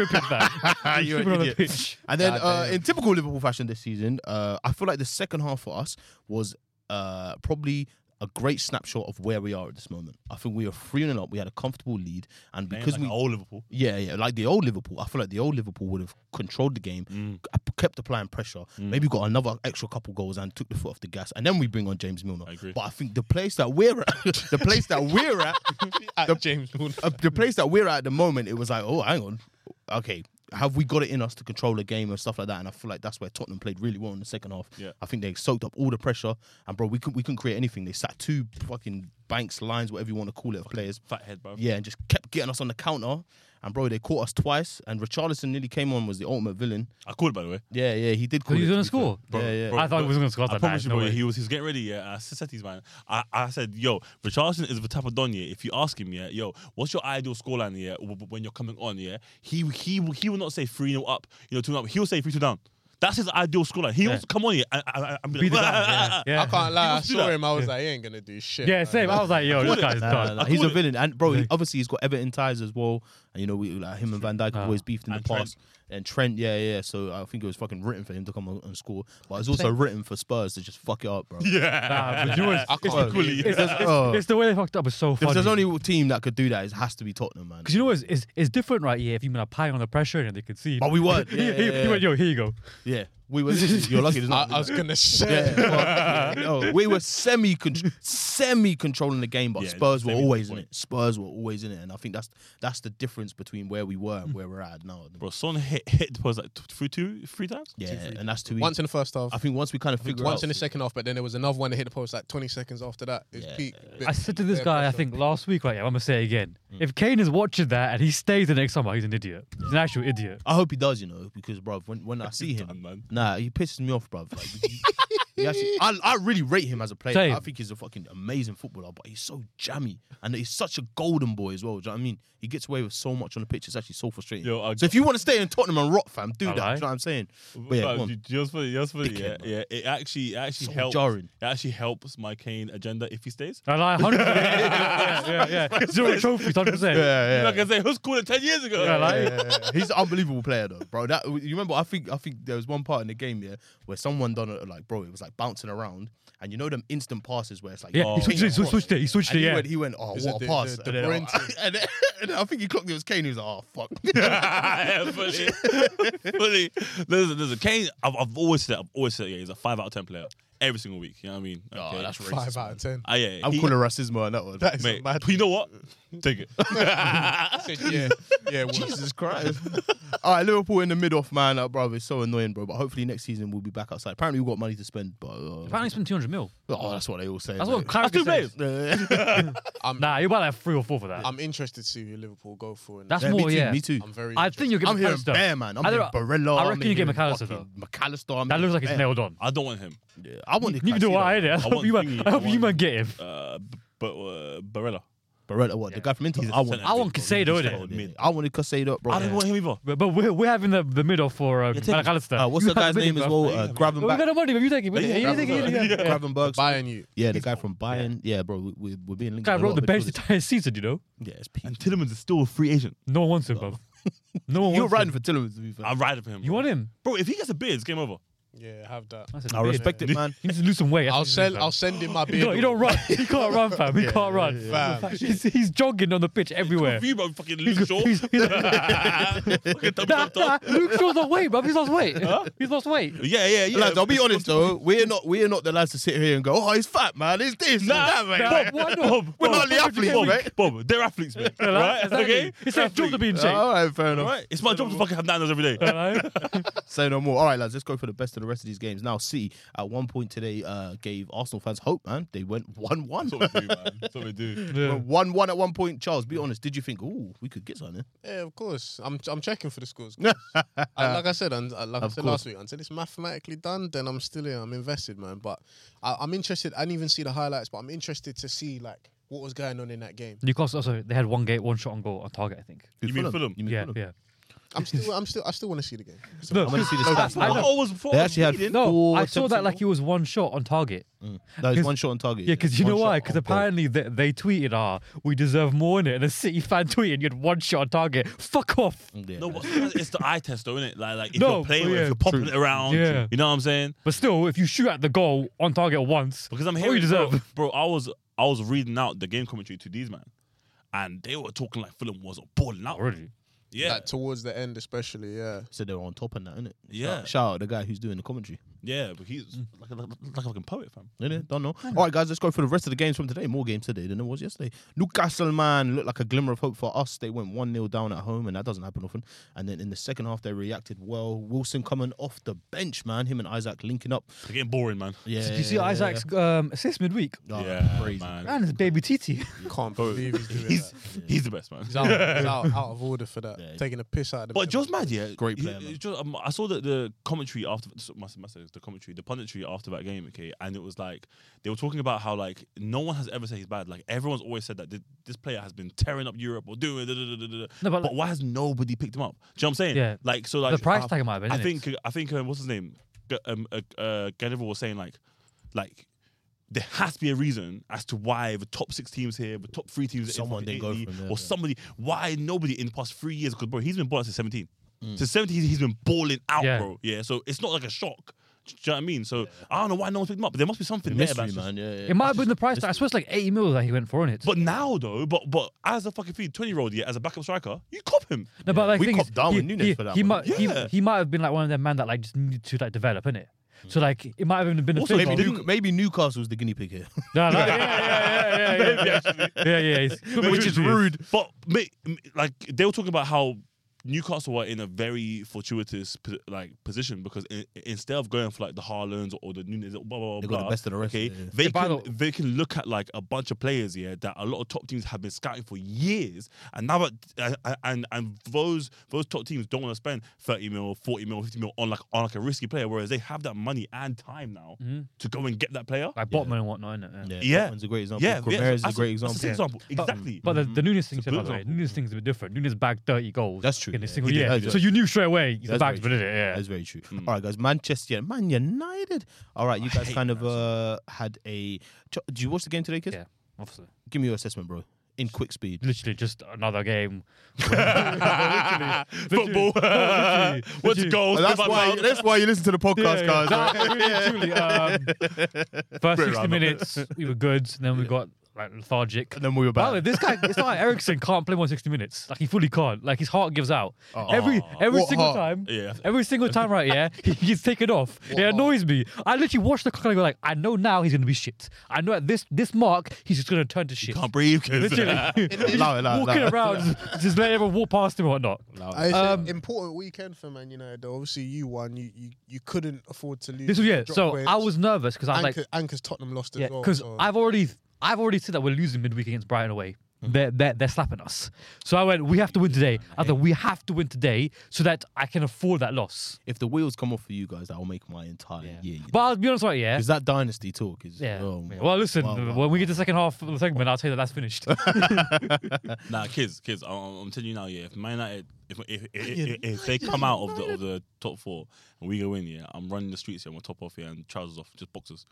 S4: stripping that.
S1: You're an
S4: stripping on the
S1: idiot.
S4: pitch.
S1: And then uh,
S3: Goddamn.
S1: in typical Liverpool fashion this season, uh, I feel like the second half for us was uh, probably a great snapshot of where we are at this moment. I think we were 3 0 up. We had a comfortable lead. And because
S5: Because
S1: we.
S5: we old Liverpool.
S1: Yeah, yeah, like the old Liverpool. I feel like the old Liverpool would have controlled the game,
S5: Mm.
S1: k- kept applying pressure, maybe got another extra couple goals and took the foot off the gas, and then we bring on James Milner.
S5: I agree.
S1: But I think the place that we're at, the place that we're at,
S3: At
S1: the,
S3: James Milner.
S1: uh, the place that we're at at the moment, it was like, oh, hang on, okay, have we got it in us to control the game and stuff like that? And I feel like that's where Tottenham played really well in the second half.
S5: Yeah.
S1: I think they soaked up all the pressure, and bro, we couldn't we couldn't create anything. They sat two fucking banks, lines, whatever you want to call it, of players.
S5: Fathead, bro.
S1: Yeah, and just kept getting us on the counter. And bro, they caught us twice. And Richarlison nearly came on was the ultimate villain.
S5: I called, by the way.
S1: Yeah, yeah, he did. Call
S4: Because he was
S1: it,
S4: going to
S1: be fair.
S4: score.
S1: Yeah, yeah.
S5: bro,
S4: I thought he
S5: bro,
S4: wasn't going to score
S5: I
S4: that
S5: promise
S4: night.
S5: you,
S4: No
S5: bro, he
S4: way.
S5: was, he was getting ready. Yeah, I said, "Setties, man. I, I said, yo, Richardson is the type of don, yeah. If you ask him, yeah, yo, what's your ideal scoreline, yeah, w- w- when you're coming on, yeah, he he will- he will not say 3 0 up, you know, 2 up. He'll say 3 2 down. That's his ideal scoreline. He wants to come on here and, and, and, and be,
S4: Be the
S5: like,
S4: guy. Yeah,
S3: I
S4: yeah.
S3: can't lie. I
S5: must do
S3: saw
S5: that.
S3: him. I was like, he ain't going to do shit.
S4: Yeah,
S3: man.
S4: same. I was like, yo, this guy's
S1: Nah, nah, nah,
S4: done.
S1: he's a
S5: called Uh, it.
S1: villain, and bro, he,
S4: Yeah.
S1: obviously he's got Everton ties as well. And you know, we, like him and Van Dijk have always beefed in the
S5: Ah, And Trent.
S1: past. And Trent, yeah, yeah. So I think it was fucking written for him to come on and score, but it's also written for Spurs to just fuck it up, bro.
S4: Nah, but you know what's-
S1: Bro,
S5: equally.
S1: it's just- oh.
S4: It's the way they fucked up was so funny.
S1: If there's only team that could do that, it has to be Tottenham, man.
S4: Because you know it's, it's it's different right here if you've been applying on the pressure and they could see.
S1: But we weren't.
S4: he,
S1: Yeah,
S4: he-
S1: yeah,
S4: he
S1: yeah.
S4: went, yo, here you go.
S1: yeah, we were. You're lucky. There's
S3: I,
S1: not.
S3: I was going to say.
S1: Yeah, well, no, we were semi semi controlling the game, but
S5: Yeah,
S1: Spurs were
S5: semi
S1: always in
S5: point.
S1: it. Spurs were always in it, and I think that's that's the difference between where we were and where we're at now.
S5: Hmm. Bro, Son hit hit the post like t- three, two, three times.
S1: yeah,
S5: Two, three.
S1: and that's too easy.
S3: Once in the first half.
S1: I think once we kind of figure
S3: once
S1: out
S3: in the second half, but then there was another one that hit the post like 20 seconds after that. It was
S1: Yeah.
S3: peak.
S4: I said to this
S3: Their
S4: guy, I
S3: pressure.
S4: think last week, right? Yeah, I'm gonna say it again.
S1: Mm.
S4: If Kane is watching that and he stays the next summer, he's an idiot. He's an actual idiot.
S1: I hope he does, you know, because bruv, when, when I see him,
S5: done, man.
S1: nah, he pisses me off, bruv. Like, he- he actually- I, I really rate him as a player.
S4: Same.
S1: I think he's a fucking amazing footballer, but he's so jammy and he's such a golden boy as well. Do you know what I mean? He gets away with so much on the pitch. It's actually so frustrating.
S5: Yo, I-
S1: so if you want to stay in Tottenham and rot, fam, do
S4: I
S1: that. Do
S4: lie.
S1: you know what I'm saying? But
S5: But
S1: yeah, go on.
S5: just for just for yeah,
S1: Dickhead, man.
S5: yeah, it actually it actually
S1: So
S5: helps.
S1: jarring.
S5: It actually helps my Kane agenda if he stays.
S4: And I 100 yeah, yeah, yeah, yeah. Zero trophies, 100. percent
S1: yeah,
S5: Like I say, who's cooler ten years ago?
S4: Yeah, like-
S1: Yeah, he's an unbelievable player though, bro. That you remember? I think I think there was one part in the game yeah where someone done it like, bro, it was like bouncing around, and you know them instant passes where it's like,
S4: Yeah,
S1: oh,
S4: he switched it. He
S1: what?
S4: switched it. He switched
S1: And
S4: it.
S1: he
S4: Yeah.
S1: went, he went, oh,
S3: Is
S1: what
S3: it
S1: a
S3: the-
S1: pass!
S3: the- the
S1: and, then,
S3: Bruyne
S1: and, then- and I think he clocked it was Kane. He was like, oh fuck.
S5: Yeah, fully, fully. Listen, listen, Kane. I've, I've always said, I've always said, yeah, he's a five out of ten player every single week. You know what I mean?
S1: Oh, that's racist.
S3: Five out of 10.
S5: Ah, yeah,
S1: I'm
S5: he-
S1: calling racism on that one.
S3: That is
S5: mate.
S3: mad.
S5: You know what? Take it.
S3: I said, yeah. Yeah, it was.
S1: Jesus Christ. All right, Liverpool in the mid off, man. That brother is so annoying, bro. But hopefully next season we'll be back outside. Apparently we've got money to spend, but uh,
S4: Apparently, he spent 200 mil.
S1: oh, that's what they all say.
S4: That's
S1: mate.
S4: what Carragher says.
S3: I'm,
S4: Nah, you buy like three or four for that.
S3: I'm interested to see who Liverpool go for. in
S4: That's
S3: that.
S1: Yeah,
S4: more,
S1: me too,
S4: yeah.
S1: me too.
S3: I'm very.
S4: I think you'll get
S1: I'm hearing
S4: McAllister.
S1: Bear, man. I'm
S4: I
S1: hearing
S4: don't-
S1: Barella.
S4: I
S1: I'm
S4: reckon you get
S1: hearing
S4: McAllister,
S1: fucking McAllister. I'm
S4: That
S1: hearing
S4: looks like it's
S1: Bear.
S4: nailed on.
S5: I don't want him.
S1: Yeah, I wanted
S4: Neither do
S1: Caicedo.
S4: I. innit? I
S5: want
S4: hope you might.
S5: thingy,
S4: I
S5: I
S4: hope you
S5: want-
S4: might get him.
S5: Uh, b- but uh, Barella.
S1: Barella, what the guy from Inter? He's a
S5: I want-
S1: centre
S4: I want
S5: Mid,
S4: Casado
S5: bro.
S4: in it.
S5: Mid.
S1: mid. I wanted Casado, bro.
S5: I don't want him either.
S4: But, but we're, we're having the, the mid off for um,
S5: take it.
S4: McAllister.
S1: Uh, what's
S4: You
S1: the guy's
S4: have the mid
S1: name
S4: in,
S1: as
S4: bro.
S1: well? Uh,
S4: But
S1: Gravenback.
S4: we got the money, but you take it.
S5: Yeah,
S4: You take it. you take it, yeah.
S1: Gravenberg.
S3: Bayern you.
S1: Yeah, the guy from Bayern. Yeah, bro, we, we, we're being linked.
S4: Guy
S1: to a
S4: wrote
S1: lot
S4: the
S1: of
S4: bench the
S1: midfielders.
S4: entire season, you know?
S1: Yeah, it's peak.
S5: And Tillemans is still a free agent.
S4: No one wants him, bro. No one
S1: You're
S4: wants
S1: riding
S4: him.
S1: for Tillemans, to be fair.
S5: I'm riding for him.
S4: You want him?
S5: Bro, if he gets a bid, it's game over.
S3: Yeah, have that.
S4: That's a
S1: I
S4: bid.
S1: respect it, man.
S4: He needs to lose some weight. that's
S3: I'll
S4: what he
S3: send.
S4: needs,
S3: I'll send him my
S4: bro. You
S3: beard.
S4: don't, you don't run. He can't run, fam. He can't run.
S3: yeah. Fam.
S4: He's, he's jogging on the pitch everywhere.
S5: You, bro, fucking
S4: He's,
S5: Luke Shaw.
S4: he's, he's,
S5: Fucking dumb,
S4: nah,
S5: dumb,
S4: nah,
S5: dumb.
S4: Luke Shaw's on weight, bro. He's lost weight. He's lost weight.
S5: Yeah, yeah, yeah.
S1: Lads, I'll be honest though, we're not we're not the lads to sit here and go, oh, he's fat, man. He's this, he's that, man.
S4: Bob, why not?
S1: We're not
S4: Bob,
S1: the
S4: why would you
S1: athletes,
S4: get
S5: Bob,
S4: weak?
S1: mate.
S5: Bob, they're athletes, mate.
S4: Yeah,
S5: right?
S4: exactly.
S5: Okay?
S4: It's their job to be in shape.
S5: Oh.
S1: All right, fair enough.
S5: Right? It's my job to fucking have nanos every day.
S4: Hello?
S1: Say no more. All right, lads, let's go for the best of the rest of these games. Now, City at one point today uh, gave Arsenal fans hope, man. They went 1 1.
S5: That's what we do, man. That's what we do.
S1: 1 1 at one point. Charles, be honest, did you think, ooh, we could get something?
S3: Yeah, of course. I'm I'm checking for the scores. 'cause, uh, like I said, and uh, like I
S1: Of
S3: said last week, until it's mathematically done, then I'm still here. I'm invested, man. But I, I'm interested. I didn't even see the highlights, but I'm interested to see like what was going on in that game.
S4: Newcastle also they had one gate, one shot on goal on target, I think.
S1: Who,
S5: You mean Fulham?
S1: You mean
S4: Yeah,
S1: Fulham?
S4: yeah.
S3: I'm still I'm still I still want to see the game.
S1: I want to see the
S3: No,
S1: stats.
S5: I
S1: man.
S5: always thought
S1: They
S5: I was
S1: actually had
S5: reading-
S4: No,
S1: four
S4: I saw
S1: attempts
S4: that
S1: on
S4: like
S1: goal.
S4: it was one shot on target.
S1: No, it's
S4: 'Cause-
S1: one shot on target.
S4: Yeah, because you
S1: One
S4: know
S1: shot
S4: why?
S1: on
S4: Because
S1: goal.
S4: apparently they, they tweeted, "Ah, we deserve more in it," and a City fan tweeted, "You had one shot on target. Fuck off."
S1: Yeah.
S5: No, but it's the eye test, though, isn't it? Like, like if
S4: No,
S5: you're playing, with it,
S4: yeah,
S5: if you're popping
S4: true.
S5: it around,
S4: Yeah.
S5: you know what I'm saying?
S4: But still, if you shoot at the goal on target once,
S5: Because I'm
S4: all
S5: hearing,
S4: Oh, you deserve.
S5: Bro, bro, I was I was reading out the game commentary to these man, and they were talking like Fulham was balling out.
S4: Already,
S5: Yeah,
S3: Like towards the end, especially. Yeah.
S1: so they were on top of that, innit?
S5: Yeah.
S1: Shout, shout out the guy who's doing the commentary.
S5: yeah, but he's like, a- like, a- like a fucking poet, fam.
S1: Innit? Don't know. All right, guys, let's go for the rest of the games from today. More games today than there was yesterday. Newcastle, man, looked like a glimmer of hope for us. They went 1 0 down at home, and that doesn't happen often. And then in the second half, they reacted well. Wilson coming off the bench, man. Him and Isaac linking up.
S5: They're getting boring, man.
S1: Yeah.
S4: did you see Isaac's um, assist midweek?
S1: Oh,
S5: yeah,
S1: crazy.
S5: man.
S4: Man, it's baby Titi.
S3: Can't believe he's doing
S5: He's
S3: that.
S5: he's the best, man.
S3: He's out, he's out, out of order for that.
S1: Yeah.
S3: Taking a piss out of the
S5: But Joe's mad, yeah.
S1: Great
S5: He-
S1: player, man.
S5: he just- um, I saw that the commentary after so- my, my, the commentary, the punditry after that game, okay, and it was like they were talking about how like no one has ever said he's bad. Like everyone's always said that th- this player has been tearing up Europe or doing. Da, da, da, da, da.
S4: No, but
S5: but,
S4: like-
S5: why has nobody picked him up? Do you know what I'm saying?
S4: Yeah.
S5: Like so, like
S4: The price
S5: I-
S4: tag might have been,
S5: I
S4: innit?
S5: think I think um, what's his name? G- um, uh, uh, Gadival was saying like, like. There has to be a reason as to why the top six teams here, the top three teams, in
S1: Someone didn't
S5: fucking
S1: go
S5: Italy
S1: for him, yeah,
S5: or
S1: yeah.
S5: somebody. Why nobody in the past three years? Because bro, he's been balling since seventeen.
S1: Mm.
S5: Since seventeen, he's been balling out,
S4: Yeah.
S5: bro. Yeah, so it's not like a shock. Do you know what I mean? So I don't know why no one's picked him up, but there must be something there,
S1: Mystery,
S5: that's just-
S1: man. Yeah, yeah.
S4: It might have been the price. tag. I swear it's like 80 mil that he went for in it.
S5: But now though, but but as a fucking twenty year old, yeah, as a backup striker, you cop him.
S4: no, but like
S1: We
S4: the thing is,
S1: copped Darwin
S4: he,
S1: Núñez
S4: he-
S1: for that
S4: he
S1: one.
S4: might he,
S5: Yeah.
S4: he might have been like one of them man that like just needed to like develop in it. So like it might have even been a
S1: Also,
S4: thing.
S1: maybe, New- maybe Newcastle's the guinea pig here,
S4: No, no, yeah, yeah, yeah, yeah, yeah, yeah, yeah, yeah, yeah, yeah.
S1: which is rude.
S5: But mate, m- like they were talking about how Newcastle are in a very fortuitous po- like position because i instead of going for like the Harlands or the Nunes, blah blah blah,
S1: They got the
S5: blah,
S1: best of the rest,
S5: Okay,
S1: yeah, yeah.
S5: they
S4: Yeah, by
S5: can
S4: the-
S5: they can look at like a bunch of players here that a lot of top teams have been scouting for years, and now that and and, and those those top teams don't want to spend thirty mil, forty mil, fifty mil on like on like a risky player, whereas they have that money and time now to go and get that player.
S4: Mm-hmm. Like Botman and whatnot, innit? Yeah.
S5: Yeah.
S1: Dortmund's a great example.
S5: yeah, yeah,
S1: Cormier is a
S5: that's
S1: great
S5: that's
S1: example.
S5: an example.
S4: But-
S5: Exactly.
S4: But, the, the
S1: Mm-hmm.
S4: Nunes thing,
S5: It's
S4: said,
S5: a
S4: by
S5: good
S4: the way,
S5: example.
S4: Nunes thing's a bit different. Nunes bagged 30 goals.
S1: That's true,
S4: In a
S1: yeah.
S4: single
S1: He did,
S4: year.
S1: that's right.
S4: So you knew straight away he's
S1: That's
S4: bagged
S1: very
S4: with it. Yeah.
S1: That's very true. All right, guys. Manchester United. All right, you guys kind of uh, had a. Ch- Do you watch the game today, kids?
S4: Yeah. Obviously.
S1: Give me your assessment, bro. In quick speed.
S4: Literally just another game.
S5: Football.
S4: Literally.
S5: What's
S4: Literally.
S5: goals? Give up goals.
S1: that's why you listen to the podcast,
S4: Nah, really, truly, um, first 60 minutes, we were good. and Then we got like lethargic.
S1: And then we were
S4: By the way,
S1: back.
S4: this guy, it's not like Ericsson can't play more than 60 minutes. Like, he fully can't. Like, his heart gives out.
S1: Oh,
S4: every every
S3: What
S4: single
S3: heart?
S4: time.
S5: Yeah.
S4: Every single time, right? Yeah. He gets taken off. it annoys me. I literally watch the clock and I go, like, I know now he's going to be shit. I know at this this mark, he's just going to turn to shit.
S5: Can't breathe. 'cause-
S4: Literally. He's
S1: Allow it, allow it,
S4: walking
S1: allow it.
S4: around, just let everyone walk past him or whatnot.
S3: Uh, It's
S4: Um,
S3: an important weekend for Man United. Though. Obviously, you won. You, you you couldn't afford to lose.
S4: This was, yeah.
S3: Drop
S4: So
S3: points.
S4: I was nervous because I was
S3: and
S4: like,
S3: because Tottenham lost as
S4: Yeah,
S3: well.
S4: because
S3: so-
S4: I've already I've already said that we're losing midweek against Brighton away. They're, they're, they're slapping us. So I went, we have to win today. I thought, we have to win today so that I can afford that loss.
S1: If the wheels come off for you guys, that will make my entire year.
S4: But I'll be honest right, yeah.
S1: Because that dynasty talk is.
S4: Yeah.
S1: oh,
S4: yeah. Well, listen,
S1: wow, wow,
S4: when we get to the second half of the segment, I'll tell you that that's finished.
S5: Nah, kids, kids. I'm, I'm telling you now. Yeah, if Man United, if if, if, if, if they come out of the of the top four and we go in, yeah, I'm running the streets here, I'm on top off here and trousers off, just boxers,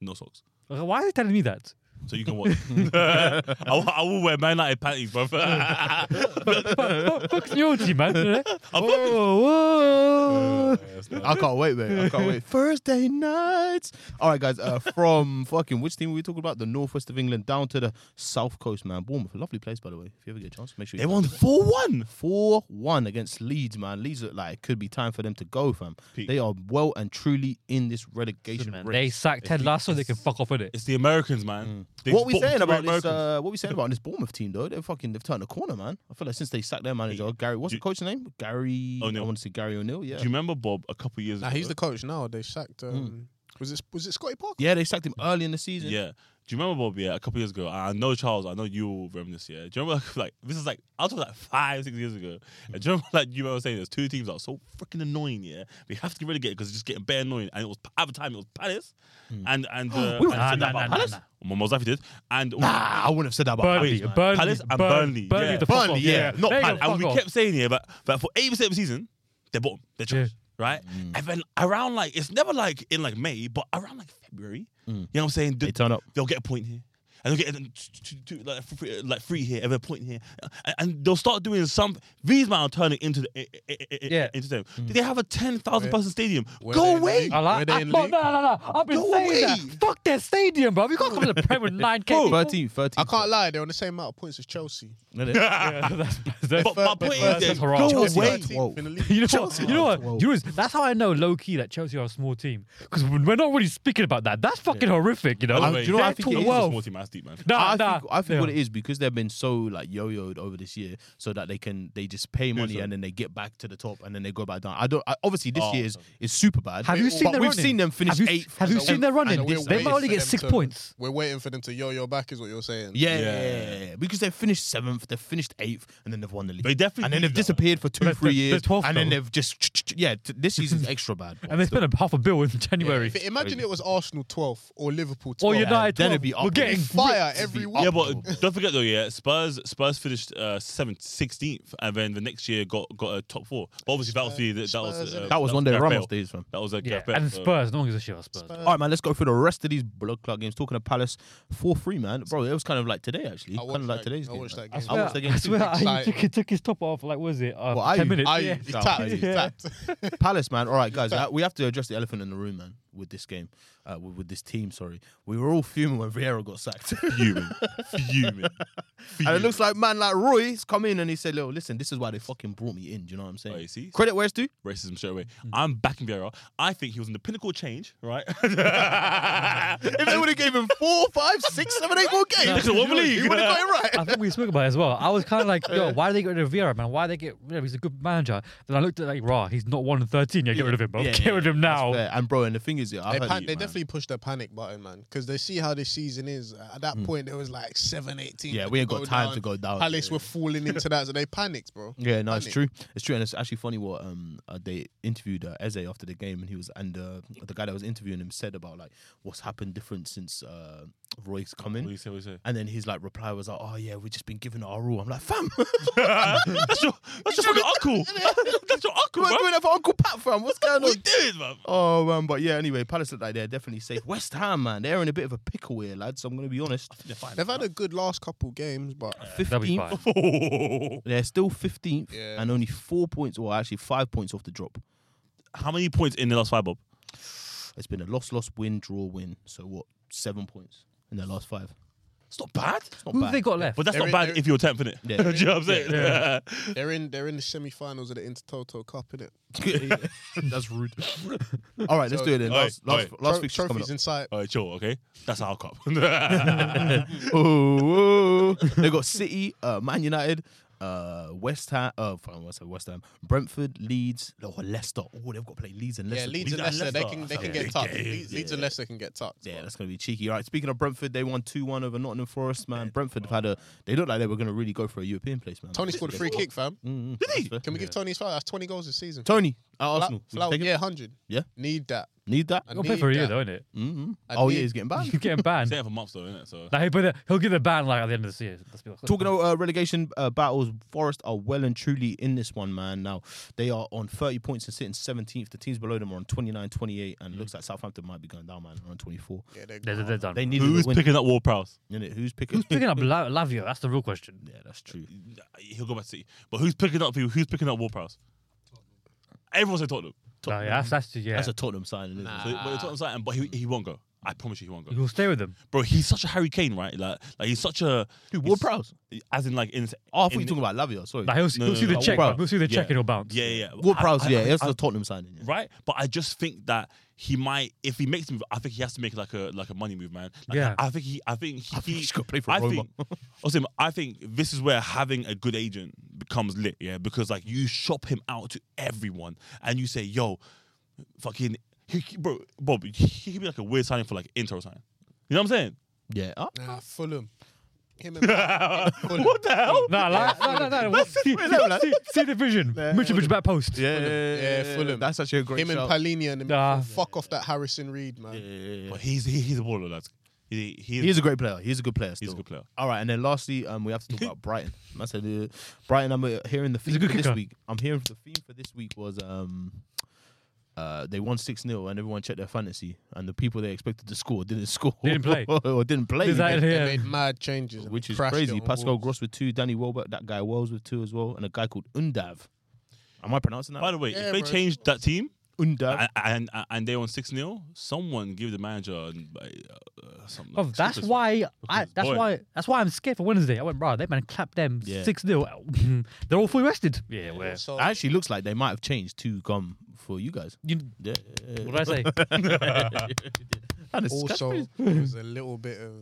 S5: no socks.
S4: Why are they telling me that?
S5: So you can watch. I, will- I will wear Man United panties, bro.
S4: Focus on your team, man. whoa, whoa.
S1: I can't wait, mate. I can't wait. Thursday nights. All right, guys. Uh, from fucking which team were we talking about? The northwest of England down to the south coast, man. Bournemouth, lovely place, by the way. If you ever get a chance, make sure you
S5: they won four one.
S1: four one against Leeds, man. Leeds look like it could be time for them to go, fam.
S5: Peak.
S1: They are well and truly in this relegation
S4: Man, They
S1: race.
S4: sacked Ted Lasso, they can fuck off with it.
S5: It's the Americans, man. They
S1: Mm. What we
S5: just
S1: saying
S5: bottled the
S1: about this?
S5: Americans.
S1: Uh, what we saying about this Bournemouth team though? They're fucking they've turned a corner, man. I feel like since they sacked their manager, Gary, what's
S5: do-
S1: the coach's name? Gary.
S5: O'Neill.
S1: I want to say Gary O'Neill. Yeah.
S5: Do you remember Bob a couple years
S3: Nah,
S5: ago?
S3: he's the coach now. They sacked.
S4: Hmm.
S3: Um, Was it was it Scotty Parker?
S1: yeah, they sacked him early in the season.
S5: Yeah. Do you remember Bob? Yeah, a couple years ago. I know Charles. I know you will remember this. Yeah. Do you remember like this is like I was talking like five, six years ago. And do you remember like you remember saying there's two teams that are so freaking annoying. Yeah, we have to get relegated because it's just getting bare annoying. And it was at the time it was Palace, and and
S4: Hmm.
S5: uh,
S4: We were-
S5: and
S4: Nah,
S5: I
S4: nah,
S5: said that
S4: nah,
S5: about
S4: nah,
S5: Palace.
S4: nah.
S5: Well, most likely did. And
S1: Nah, I wouldn't have said that about
S4: Burnley,
S1: Palace, man.
S4: Burnley,
S5: Palace and
S4: Burn-
S5: Burnley,
S4: Burnley
S5: yeah.
S4: the fuck
S1: Burnley,
S4: off.
S1: yeah, not
S4: They go
S5: and, and we
S4: fuck off.
S5: kept saying here, but but for eighty percent of the season, they're bottom, they're trash, right?
S4: Hmm.
S5: And then around like it's never like in like May, but around like February,
S4: Hmm.
S5: you know what I'm saying?
S1: They turn up.
S5: They'll get a point here. And they'll get and t- t- t- like, free, like three here, and a point here, and, and they'll start doing some. These man are turning into the, eh, eh, eh, eh,
S4: Yeah.
S5: into them. They have a ten thousand person stadium.
S3: Where
S5: Go
S3: they-
S5: away,
S4: I like.
S3: Were they
S4: I,
S3: in
S4: no, no,
S3: league?
S4: no, no. I've been
S5: No
S4: saying
S5: way.
S4: that. Fuck that stadium, bro. We can't come to the Prem with nine k.
S1: Thirteenth, thirteenth.
S3: I can't lie. They're on the same amount of points as Chelsea.
S4: that's, that's,
S5: but my point
S4: that's
S5: is,
S4: just
S5: go
S4: harassment.
S5: away.
S3: Chelsea are 13th in the league.
S4: You know what? You know what? You know, what? that's how I know low key that Chelsea are a small team because we're not really speaking about that. That's fucking horrific, you know.
S5: By the
S1: I-
S5: way,
S1: Um, do you know what I
S5: they're
S1: think
S5: talking
S1: it is?
S5: about small team, man, it's deep, man.
S4: Nah,
S1: I
S4: nah.
S1: think, I think
S4: Yeah.
S1: what it is because they've been so like yo-yoed over this year, so that they can they just pay money
S5: so.
S1: and then they get back to the top and then they go back down. I don't. I, obviously, this
S5: Oh,
S1: year is, is super bad.
S4: Have you
S1: but
S4: seen
S1: We've
S4: their running?
S1: seen them finish
S4: have you,
S1: eighth.
S4: Have you
S3: and
S4: seen
S3: we're-
S4: their running?
S3: and we're
S4: They might
S3: waiting
S4: only
S3: for
S4: get
S3: them
S4: six
S3: to-
S4: points.
S3: We're waiting for them to yo-yo back, is what you're saying.
S1: yeah,
S5: Yeah.
S1: yeah, yeah, yeah. because they finished seventh, they finished eighth, and then they've won the league.
S5: They definitely
S1: and then
S5: do
S1: they've
S5: that, man.
S1: disappeared for two,
S4: They're-
S1: three
S4: they're- they're
S1: years,
S4: 12th
S1: and then
S4: though.
S1: they've just yeah. T- this season's extra bad.
S4: And they spent a half a bill in January.
S3: If- imagine it was Arsenal 12th or Liverpool 12th.
S4: Or United,
S1: then
S4: 12.
S1: it'd be
S4: we're
S1: up.
S4: getting
S3: fire every week.
S5: Yeah, but don't forget though, yeah, Spurs Spurs finished uh, seventh, sixteenth, and then the next year got got a top four. But obviously that was the, that was
S3: Spurs,
S5: uh,
S3: innit?
S1: that was one day
S5: Gareth
S1: Ramos
S5: Bale.
S1: days, fam.
S5: That was a
S4: Yeah,
S5: Gareth Bale, uh,
S4: and
S5: so-
S4: Spurs. No one gives a shit about Spurs.
S1: All right, man. Let's go through the rest of these blood club games. Talking of Palace, four three, man, bro. It was kind of like today, actually.
S3: I
S1: Kind of
S3: watched
S1: like
S3: that-
S1: today's
S3: I
S1: game.
S3: watched
S1: man.
S3: that game.
S1: I watched that game.
S4: I swear,
S1: too.
S4: I,
S3: Exciting.
S4: took, he took his top off. Like, what was it? Uh,
S1: What, are
S4: ten
S1: you-
S4: minutes.
S1: are
S3: Aye,
S4: yeah.
S3: he
S1: Shout
S3: tapped,
S1: out
S3: he
S1: to you.
S3: tapped.
S1: Palace, man. All right, guys, uh, we have to address the elephant in the room, man, with this game, uh, with, with this team. Sorry, we were all fuming when Vieira got sacked, and
S5: fuming, fuming, fuming.
S1: it looks like man like Roy's come in and he said, "Yo, listen, this is why they fucking brought me in." Do you know what I'm saying?
S5: Oh, you see?
S1: Credit where it's due.
S5: racism straight away. I'm backing Vieira. I think he was in the pinnacle of change, right?
S1: If they would have gave him four, five, six, seven, eight more games,
S5: No, you-
S1: he would have got it right.
S4: I think we spoke about it as well. I was kind of like, yo, why do they get rid of Vieira, man? Why they get rid of He's a good manager. Then I looked at it like, rah, he's not 1 in 13. Yeah, get rid of him, bro.
S1: Yeah,
S4: get
S1: yeah,
S4: rid of him
S1: that's
S4: now.
S1: fair. And bro, and the thing is, yeah, I
S3: They,
S1: heard
S3: pan-
S1: you,
S3: they
S1: man.
S3: definitely pushed the panic button, man, because they see how this season is. At that point, there was like seven, eighteen.
S1: Hmm. Yeah, we ain't got time to go down.
S3: Palace
S1: Yeah. Hmm.
S3: were falling into that, so they panicked, bro.
S1: Yeah, no, it's
S3: Panic.
S1: true. It's true, and it's actually funny what um uh, they interviewed uh, Eze after the game, and he was and uh, the guy that was interviewing him said about like what's happened different since uh Roy's come
S5: What do you
S1: in,
S5: say? What do you say?
S1: and then his like reply was like, "Oh yeah, we've just been given our all." I'm like, "Fam,
S5: that's your that's your fucking uncle. that's your uncle,
S1: we're
S5: bro.
S1: doing that for Uncle Pat, fam. What's going on?"
S5: What are you doing, man?
S1: Oh man, but yeah. Anyway, Palace look like they're definitely safe. West Ham, man, they're in a bit of a pickle here, lads. I'm gonna be honest.
S3: They've had a good last couple games, but
S4: That'll be fine.
S1: Fifteenth, they're still fifteenth,
S3: Yeah.
S1: and only four points, or actually five points off the drop.
S5: How many points in the last five, Bob?
S1: It's been a loss, loss, win, draw, win. So what? Seven points in their last five.
S5: It's not bad.
S1: It's not
S4: Who
S1: bad.
S4: have they got left?
S5: But that's
S3: They're
S5: not
S3: in-
S5: bad
S3: they're-
S5: if you're tenth in it.
S1: Yeah.
S5: Do you know what I'm saying?
S3: they're in they're in the semi-finals of the Intertoto Cup, innit?
S1: That's rude. All right, let's
S3: So-
S1: do it then.
S5: Oi,
S1: Last, last,
S5: oi.
S1: last
S3: Tro-
S1: fixture coming up.
S3: trophies inside.
S5: All right, chill, okay? That's our cup. Wait,
S1: Oh, oh. they got City, uh, Man United, uh, West Ham, uh, fucking West Ham, West Ham, Brentford, Leeds, oh, Leicester. Oh, they've got to play Leeds and
S3: Yeah,
S1: Leicester.
S3: Leeds and
S5: Leeds
S3: Leicester,
S5: and
S3: they
S5: Leicester.
S3: can they
S5: That's
S3: can
S5: a
S3: get
S5: big
S3: tucked.
S5: game.
S3: Leeds, Leeds and
S1: Yeah.
S3: Leicester can get tucked.
S1: Yeah, that's gonna be cheeky. All right. Speaking of Brentford, they won two one over Nottingham Forest. Man, Brentford have had a. They looked like they were gonna really go for a European place, man.
S3: Tony scored a free kick, fam.
S1: Mm, mm,
S5: Did he?
S1: that's fair.
S3: Can we give Tony his foul? That's twenty goals this season.
S1: Tony at Arsenal? Would you
S3: Flau,
S1: take him?
S3: yeah, hundred.
S1: Yeah.
S3: need that.
S1: Need that?
S3: I
S4: He'll play
S3: need
S4: for a year,
S3: that.
S4: though, isn't it?
S1: Mm-mm.
S3: I
S1: Oh yeah,
S3: need-
S1: he's getting banned.
S4: He's getting banned.
S5: Stay there for months though, innit? So
S4: Like, but he'll get the ban like at the end of the season. Let's be honest.
S1: Talking of uh, relegation uh, battles, Forest are well and truly in this one, man. Now, they are on 30 points and sitting 17th. The teams below them are on 29, 28, and looks like Southampton might be going down, man, around 24.
S3: Yeah, they're
S4: they're, they're done.
S1: They needed
S5: who's
S1: a win.
S5: picking up Ward Prowse?
S1: innit? Who's picking?
S4: Who's picking up La- Lavia? That's the real question.
S1: yeah, that's true.
S5: He'll go back to City. But who's picking up Who's picking up Ward Prowse? Everyone said Tottenham.
S4: No, yeah, that's that's yeah.
S1: That's a Tottenham sign, isn't
S5: So,
S1: it?
S5: but it's what I'm saying, but he, he won't go. I promise you, he won't go,
S4: You'll stay with them.
S5: bro. He's such a Harry Kane, right? Like, like he's such a
S1: Dude,
S5: he's-
S1: Ward Prowse.
S5: as in like in.
S1: Oh, I thought you
S5: in-
S1: were talking about Lavia. Sorry.
S4: Like he'll,
S5: No,
S4: he'll
S5: no,
S4: see
S5: no,
S4: the
S5: no.
S4: check.
S1: Well,
S4: he'll see the
S5: yeah.
S4: check and he'll bounce.
S5: Yeah, yeah.
S1: Ward
S5: I-
S1: Prowse,
S5: I-
S1: yeah,
S5: I-
S1: that's
S5: I-
S1: the Tottenham signing. Yeah.
S5: right? But I just think that he might, if he makes, a move, I think he has to make like a like a money move, man. Like,
S4: Yeah.
S5: I think he, I think he,
S1: I think he's gotta play for
S5: I
S1: Roma.
S5: Think, also, I think this is where having a good agent becomes lit, yeah, because like you shop him out to everyone and you say, yo, fucking, he, he- bro, Bob, he could be like a weird signing for like intro sign. You know what I'm saying?
S1: Yeah. Ah,
S3: Nah, Fulham. Him and Fulham.
S5: What the hell?
S4: Nah, like, no, no, no, no. See, see, see the vision. Mitrovic back post.
S1: Yeah, yeah,
S3: Yeah, Fulham.
S1: That's actually a great
S3: Him and
S1: shout.
S3: Palini and them.
S4: Nah.
S3: Fuck off that Harrison Reed, man.
S1: Yeah, yeah, yeah.
S5: But he's he, he's a baller, lads. He, he,
S1: He's a great player. He's a good player. Still.
S5: He's a good player.
S1: All right, and then lastly, um, we have to talk about Brighton. I said, uh, Brighton. I'm uh, hearing the
S4: a
S1: theme
S4: good
S1: for this
S4: kicker.
S1: week. I'm hearing the theme for this week was um, uh, they won six 0 and everyone checked their fantasy, and the people they expected to score didn't score,
S4: Didn't play.
S1: or didn't play,
S4: Is that-
S3: They
S4: yeah.
S3: made mad changes, and
S1: which is
S3: crashed it
S1: crazy.
S3: on
S1: Pascal
S3: Wolves.
S1: Gross with two, Danny Welbeck, that guy Wells with two as well, and a guy called Undav. Am I pronouncing that?
S5: By the way,
S3: Yeah,
S5: if they
S3: bro.
S5: changed that team,
S1: Undav.
S5: and and, and they on six 0 Someone give the manager uh, uh, something.
S4: Bruv, that's why. I,
S5: it's
S4: that's
S5: boring.
S4: why. That's why I'm scared for Wednesday. I went, bro. They man clap them
S1: Yeah.
S4: six 0 They're all fully rested. Yeah, where?
S3: So
S1: Actually, looks like they might have changed two gum for you guys.
S4: You,
S1: Yeah.
S4: what did I say?
S1: And it's-
S3: also it was a little bit of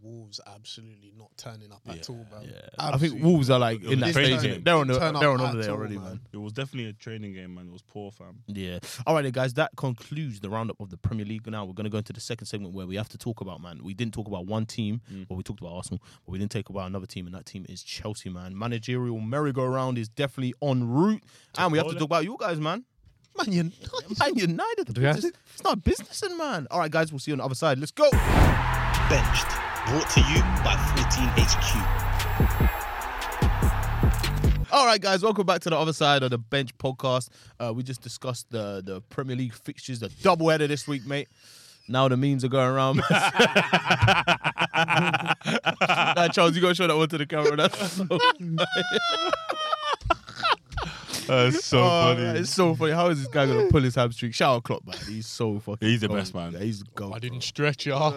S3: Wolves absolutely not turning up at all, bro.
S1: I think Wolves are like in that
S5: Crazy.
S1: stage. innit? They're on, the,
S3: Turn up
S1: they're on
S3: at
S1: over there
S3: all,
S1: already,
S3: man.
S1: man.
S5: It was definitely a training game, man. It was poor, fam.
S1: Yeah. All right, then, guys. That concludes the roundup of the Premier League. Now we're going to go into the second segment where we have to talk about man. We didn't talk about one team, but we talked about Arsenal, but we didn't talk about another team, and that team is Chelsea, man. Managerial merry-go-round is definitely en route, and we have to talk about you guys, man. Man, you man United. The
S4: Do we have
S1: business, it's not business, in man. All right, guys. We'll see you on the other side. Let's go.
S7: Benched. Brought to you by 14HQ.
S1: All right, guys, welcome back to the other side of the bench podcast. Uh, we just discussed the the Premier League fixtures, the double header this week, mate. Now the memes are going around. nah, Charles, you gotta show that one to the camera. That's so,
S5: That's so
S1: Oh, man, it's so funny. How is this guy gonna pull his hamstring? Shout out Klopp, man. He's so fucking.
S5: He's the
S1: gold.
S5: best, man.
S1: Yeah, he's gold.
S3: I didn't stretch it off.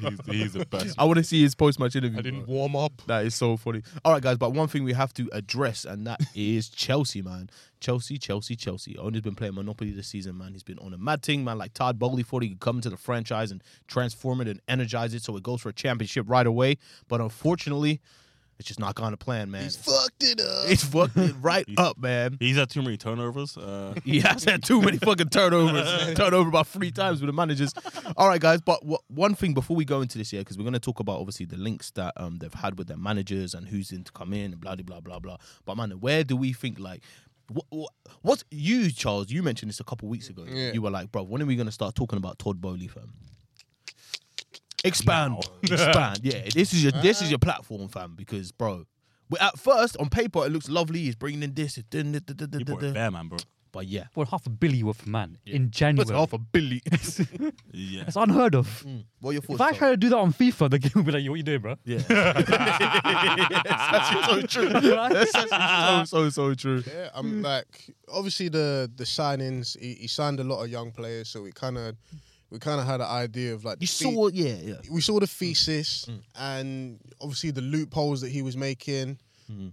S5: He's, he's the best.
S1: I want to see his post match interview.
S3: I didn't
S1: bro.
S3: warm up.
S1: That is so funny. All right, guys, but one thing we have to address, and that is Chelsea, man. Chelsea, Chelsea, Chelsea. Owen's been playing Monopoly this season, man. He's been on a mad thing, man. Like Todd Bowley thought he could come into the franchise and transform it and energize it so it goes for a championship right away. But unfortunately, it's just not gone to plan, man. He's fucked it up. He's fucked it right up, man.
S5: He's had too many turnovers. Uh,
S1: He has had too many fucking turnovers. Turned over about three times with the managers. All right, guys. But wha- one thing before we go into this year, because we're going to talk about obviously the links that um, they've had with their managers and who's in to come in and blah, blah, blah, blah, blah. But man, where do we think like, what, what, what's you, Charles? You mentioned this a couple weeks ago.
S3: Yeah.
S1: You were like, bro, when are we going to start talking about Todd Bowley, fam? Expand, expand. Yeah, this is your this is your platform, fam. Because, bro, we- at first on paper it looks lovely. He's bringing in this, it's doing da- da- da-
S5: he
S1: da-
S5: brought it
S1: da.
S5: bare, man, bro.
S1: but yeah,
S4: Well, half a billion worth of man in January.
S1: half a billion.
S5: Yeah.
S4: That's unheard of.
S1: what are your
S4: If
S1: thoughts?
S4: I try to do that on FIFA, the game will be like, "Yo, what you doing, bro?"
S1: so true. so so so true.
S3: Yeah, I'm like obviously the the signings. He, he signed a lot of young players, so we kind of we kind of had an idea of like the
S1: You
S3: fee-
S1: saw, yeah, yeah.
S3: we saw the thesis and obviously the loopholes that he was making.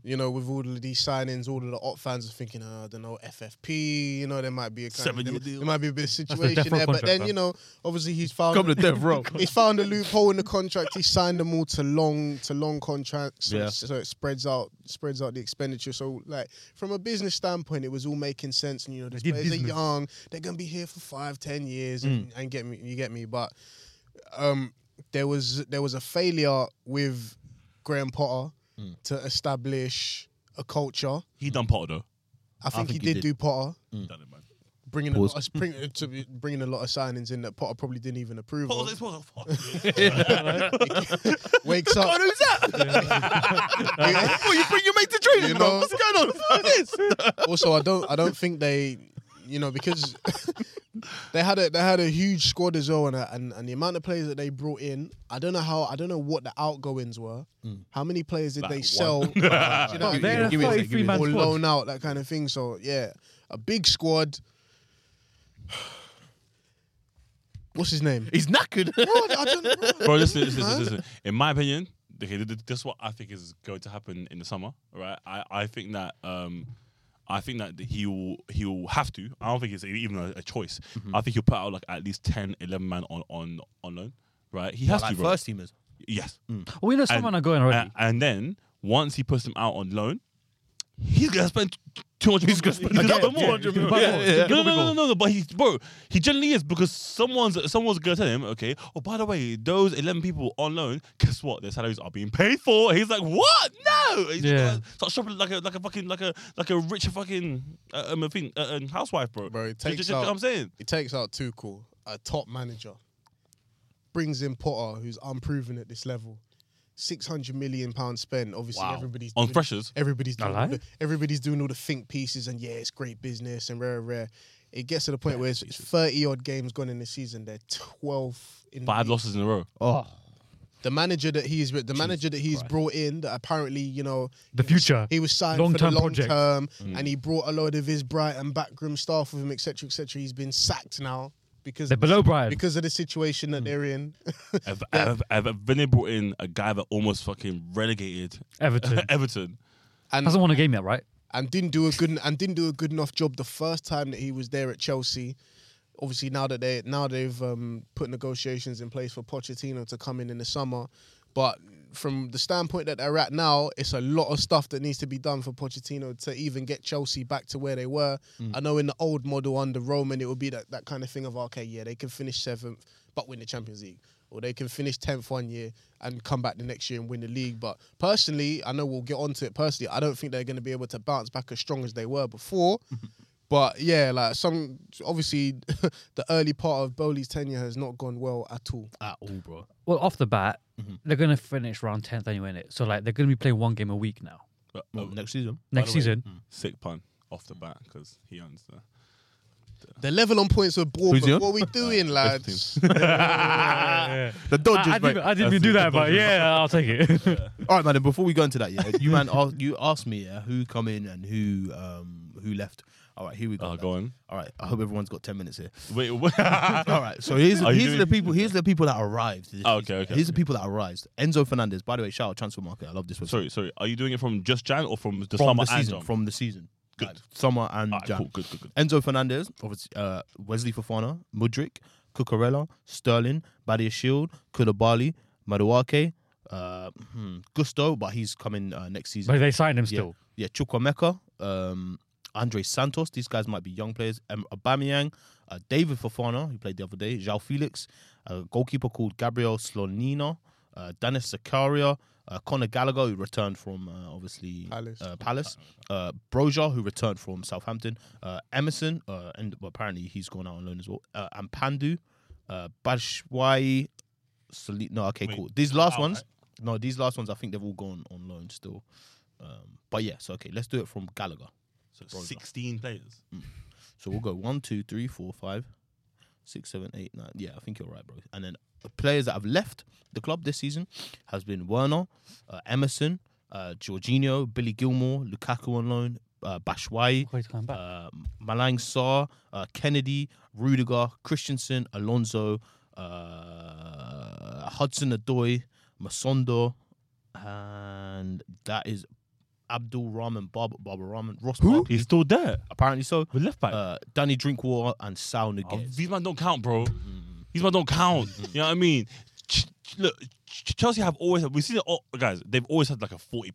S3: You know, with all of these signings, all of the op fans are thinking, oh, I don't know, FFP. You know, there might be a kind of,
S5: Seven-year
S3: there,
S5: deal.
S3: there might be a bit of
S4: the
S3: situation
S4: death row
S3: there. But
S4: contract,
S3: then
S4: man.
S3: you know, obviously he's found
S1: Come to death row.
S3: he's found a loophole in the contract. He signed them all to long to long contracts, so,
S1: Yeah.
S3: it, so it spreads out spreads out the expenditure. So like from a business standpoint, it was all making sense. And you know, these
S4: did
S3: players are
S4: business.
S3: young; they're gonna be here for five, ten years, and, and get me, you get me. But um, there was there was a failure with Graham Potter to establish a culture.
S5: He done Potter though.
S3: I think, he, did, do Potter.
S5: Done it, man.
S3: Bringing a, lot of, bring, to be- bringing a lot of signings in that Potter probably didn't even approve.
S5: Potter
S3: of.
S5: was like, fuck. yeah.
S3: Wakes up,
S1: who's that? oh, you bring your mate to training,
S3: You
S1: bro.
S3: know-
S1: What's going on?
S3: also, I don't I don't think they, you know, because they had a they had a huge squad as well, and, a, and and the amount of players that they brought in, I don't know how I don't know what the outgoings were. How many players did they sell? Do you know what I mean?
S4: They're a
S1: Mm. give me a sec, give me a sec.
S4: 33 man
S3: or
S4: squad.
S3: loan out that kind of thing. So yeah, a big squad. What's his name?
S1: He's knackered.
S3: Bro, I don't know.
S5: Bro, listen, listen, listen, listen. In my opinion, okay, th- th- this is what I think is going to happen in the summer, right? I, I think that um, I think that he will he will have to. I don't think it's even a, a choice. I think he'll put out like at least 10, 11 man on on on loan, right? He has to, bro.
S1: teamers.
S5: yes.
S4: We know someone are going already.
S1: uh,
S5: And, and then once he puts them out on loan, he's gonna spend. Two hundred. He's gonna spend more.
S4: yeah, yeah, yeah, yeah.
S5: No, no, no, no, no, no. But he's bro. He generally is because someone's someone's gonna tell him, okay. Oh, by the way, those eleven people on loan. Guess what? Their salaries are being paid for. He's like, what? No. He's
S4: Yeah.
S5: gonna start shopping like a like a fucking like a like a rich fucking uh, um, I think, uh, um, housewife, bro.
S3: Bro, it
S5: Do you-
S3: takes
S5: do you know
S3: out-
S5: what I'm saying.
S3: It takes out Tuchel, a top manager, brings in Potter, who's unproven at this level. Six hundred million pounds spent. Obviously, everybody's
S5: On
S3: doing-
S5: freshers?
S3: Everybody's
S4: I
S3: doing all
S4: like.
S3: the, everybody's doing all the think pieces, and yeah, it's great business and rare, rare. It gets to the point where it's thirty odd games gone in the season. They're twelfth in. the
S5: Five
S3: league.
S5: losses in a row.
S1: Oh,
S3: The manager that he's the manager that he's brought in that apparently you know
S4: The
S3: he was-
S4: future.
S3: he was signed for the
S4: Long-term
S3: long
S4: project. Mm.
S3: term and he brought a load of his Brighton backroom staff with him etc etc he's been sacked now because
S4: They're below Brighton. Mm.
S3: because of the situation that they're in
S5: I've, I've, I've, I've been brought in a guy that almost fucking relegated
S4: Everton.
S5: Everton.
S3: and
S4: Hasn't won a game yet, right?
S3: and didn't do a good and didn't do a good enough job the first time that he was there at Chelsea. Obviously, now that they now they've um, put negotiations in place for Pochettino to come in in the summer, but from the standpoint that they're at now, it's a lot of stuff that needs to be done for Pochettino to even get Chelsea back to where they were. I know in the old model under Roman, it would be that, that kind of thing of okay, yeah, they can finish seventh but win the Champions League, or they can finish tenth one year and come back the next year and win the league. But personally, I know we'll get onto it personally. I don't think they're going to be able to bounce back as strong as they were before. but yeah, like some obviously the early part of Bowley's tenure has not gone well at all.
S1: at all, bro.
S4: Well, off the bat,
S1: Mm-hmm.
S4: they're going to finish round 10th anyway, innit? So, like, they're going to be playing one game a week now.
S5: But,
S1: Well,
S5: uh,
S1: next season.
S4: Next season,
S1: mm.
S5: sick pun off the bat because he owns the.
S3: The level on points with Bournemouth.
S1: he on?
S3: What we doing, lads?
S1: The Dodgers,
S4: I, I
S1: mate.
S4: didn't, I didn't even do that, but yeah, I'll take it.
S1: All right, man. And before we go into that, yeah, you man, ask, you asked me yeah, who come in and who um who left. All right, here we Ah, go.
S5: Oh,
S1: lads.
S5: go on.
S1: All right, I hope everyone's got ten minutes here.
S5: Wait, what?
S1: All right, so here's
S5: Are you
S1: here's the
S5: doing-
S1: people here's the people that arrived. this
S5: Oh, okay,
S1: season.
S5: okay,
S1: Here's the
S5: okay.
S1: people that arrived. Enzo Fernandez. By the way, shout out transfer market. I love this one.
S5: sorry, sorry. Are you doing it from just Jan or from the
S1: from
S5: summer
S1: the
S5: and
S1: season.
S5: Jan?
S1: From the season.
S5: Good.
S1: Like, summer and
S5: Alright,
S1: Jan.
S5: cool, good, good, good.
S1: Enzo Fernandez, obviously, uh, Wesley Fofana, Mudrick, Cucurella, Sterling, Badia Shield, Koulibaly, Maduake, uh, hmm, Gusto, but he's coming uh, next season.
S4: but they signed him still.
S1: Yeah, Chukwameka, um, Andre Santos. These guys might be young players. Um, Aubameyang, uh, David Fofana, who played the other day. João Felix, a goalkeeper called Gabriel Slonina, uh, Dennis Zakaria, uh, Conor Gallagher, who returned from uh, obviously
S3: Palace.
S1: Uh, Palace. Uh, Broja, who returned from Southampton. Uh, Emerson, uh, and well, apparently he's gone out on loan as well. Uh, and Pandu, uh, Bashwai, Sali- no, okay,
S5: Wait,
S1: cool. These last
S5: out,
S1: ones, no, these last ones, I think they've all gone on loan still. Um, but yeah, so okay, let's do it from Gallagher.
S5: So 16 players.
S1: So we'll go one, two, three, four, five, six, seven, eight, nine. Yeah, I think you're right, bro. And then the players that have left the club this season has been Werner, uh, Emerson, uh, Jorginho, Billy Gilmore, Lukaku on loan, uh, Bashwai,
S4: Quite time back.
S1: uh, Malang Sarr, uh, Kennedy, Rudiger, Christensen, Alonso, uh, Hudson Adoy, Masondo, and that is Abdul Rahman, Barbara, Barbara Rahman, Ross
S5: Who?
S1: Barkley,
S5: He's still there.
S1: apparently so.
S5: With left back.
S1: Uh, Danny Drinkwater and Sal
S5: Oh,
S1: Niguez.
S5: these man don't count, bro. These man don't count. You know what I mean? Ch- ch- look, Ch- Chelsea have always we've seen it. All, guys, they've always had like a forty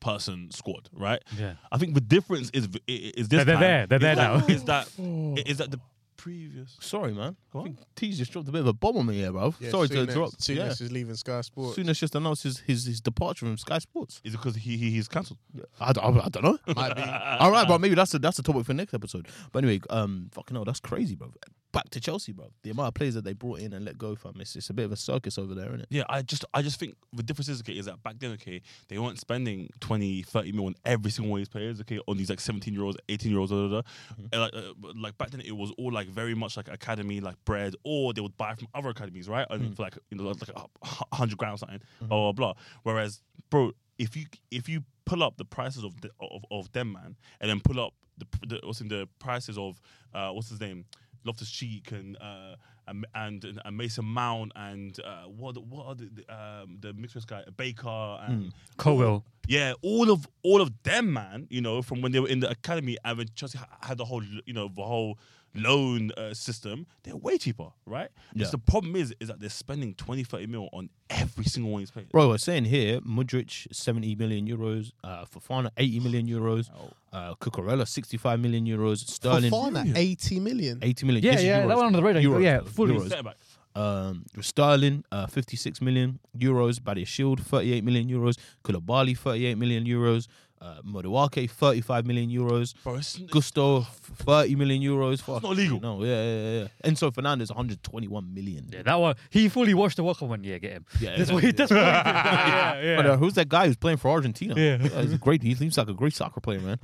S5: person squad, right?
S4: Yeah.
S5: I think the difference is is this.
S4: They're- they're
S5: time,
S4: there. They're there
S5: is that-
S4: now.
S5: Is that is that the previous?
S1: Sorry, man. I
S5: What?
S1: think T's just dropped a bit of a bomb on me here, bro.
S3: Yeah,
S1: Sorry to
S3: Souness-
S1: interrupt.
S3: Souness
S1: Yeah.
S3: is leaving Sky Sports.
S1: Soon as just announced his, his, his departure from Sky Sports.
S5: Is it because he, he he's cancelled?
S1: I, d- I, I don't know.
S3: Might be.
S1: All right, bro. Maybe that's a, that's a topic for next episode. But anyway, um, fucking hell, that's crazy, bro. Back to Chelsea, bro. The amount of players that they brought in and let go from it's, it's a bit of a circus over there, isn't it?
S5: Yeah, I just I just think the difference is okay is that back then okay they weren't spending 20, 30 mil on every single one of these players okay on these like seventeen year olds, eighteen year olds, da, da, da. And, like uh, but, like back then it was all like very much like academy like bread or they would buy from other academies right and for like you know like a hu- hundred grand or something blah blah blah. Whereas bro, if you if you pull up the prices of the, of of them man and then pull up the, the what's in the prices of uh, what's his name Loftus Cheek and, uh, and and and Mason Mount and uh, what what are the the, um, the mixed race guy Baker
S1: Hmm.
S5: and
S4: Colwell.
S5: yeah all of all of them man you know from when they were in the academy and when Chelsea ha- had the whole you know the whole loan uh, system they're way cheaper right
S1: Yeah.
S5: Just the problem is is that they're spending 20 30 mil on every single one of these players
S1: Bro, we're saying here, Mudrich, 70 million euros. Uh, Fofana, 80 million euros.
S4: Oh.
S1: Uh, Cucurella, 65 million euros. Sterling,
S3: Fofana, 80 million.
S1: 80 million.
S4: Yeah,
S1: This is
S4: yeah,
S1: euros.
S4: that one on the radar.
S1: Euros,
S4: yeah,
S1: though.
S4: fully.
S1: Euros.
S5: Centre back.
S1: Um, Sterling, uh, 56 million euros. Badia Shield, 38 million euros. Koulibaly, 38 million euros. Uh, Maduake, 35 million euros.
S5: bro it's, it's
S1: Gusto, 30 million euros. It's
S5: not legal.
S1: No, yeah, yeah, yeah. yeah. Enzo Fernandez, 121 million.
S4: Yeah, that one. He fully watched the World Cup one. Yeah, get him.
S1: Yeah,
S4: that's
S1: yeah,
S4: what he. That's what he did. Yeah, yeah.
S1: But, uh, who's that guy who's playing for Argentina?
S4: Yeah.
S1: he's a great. He seems like a great soccer player, man.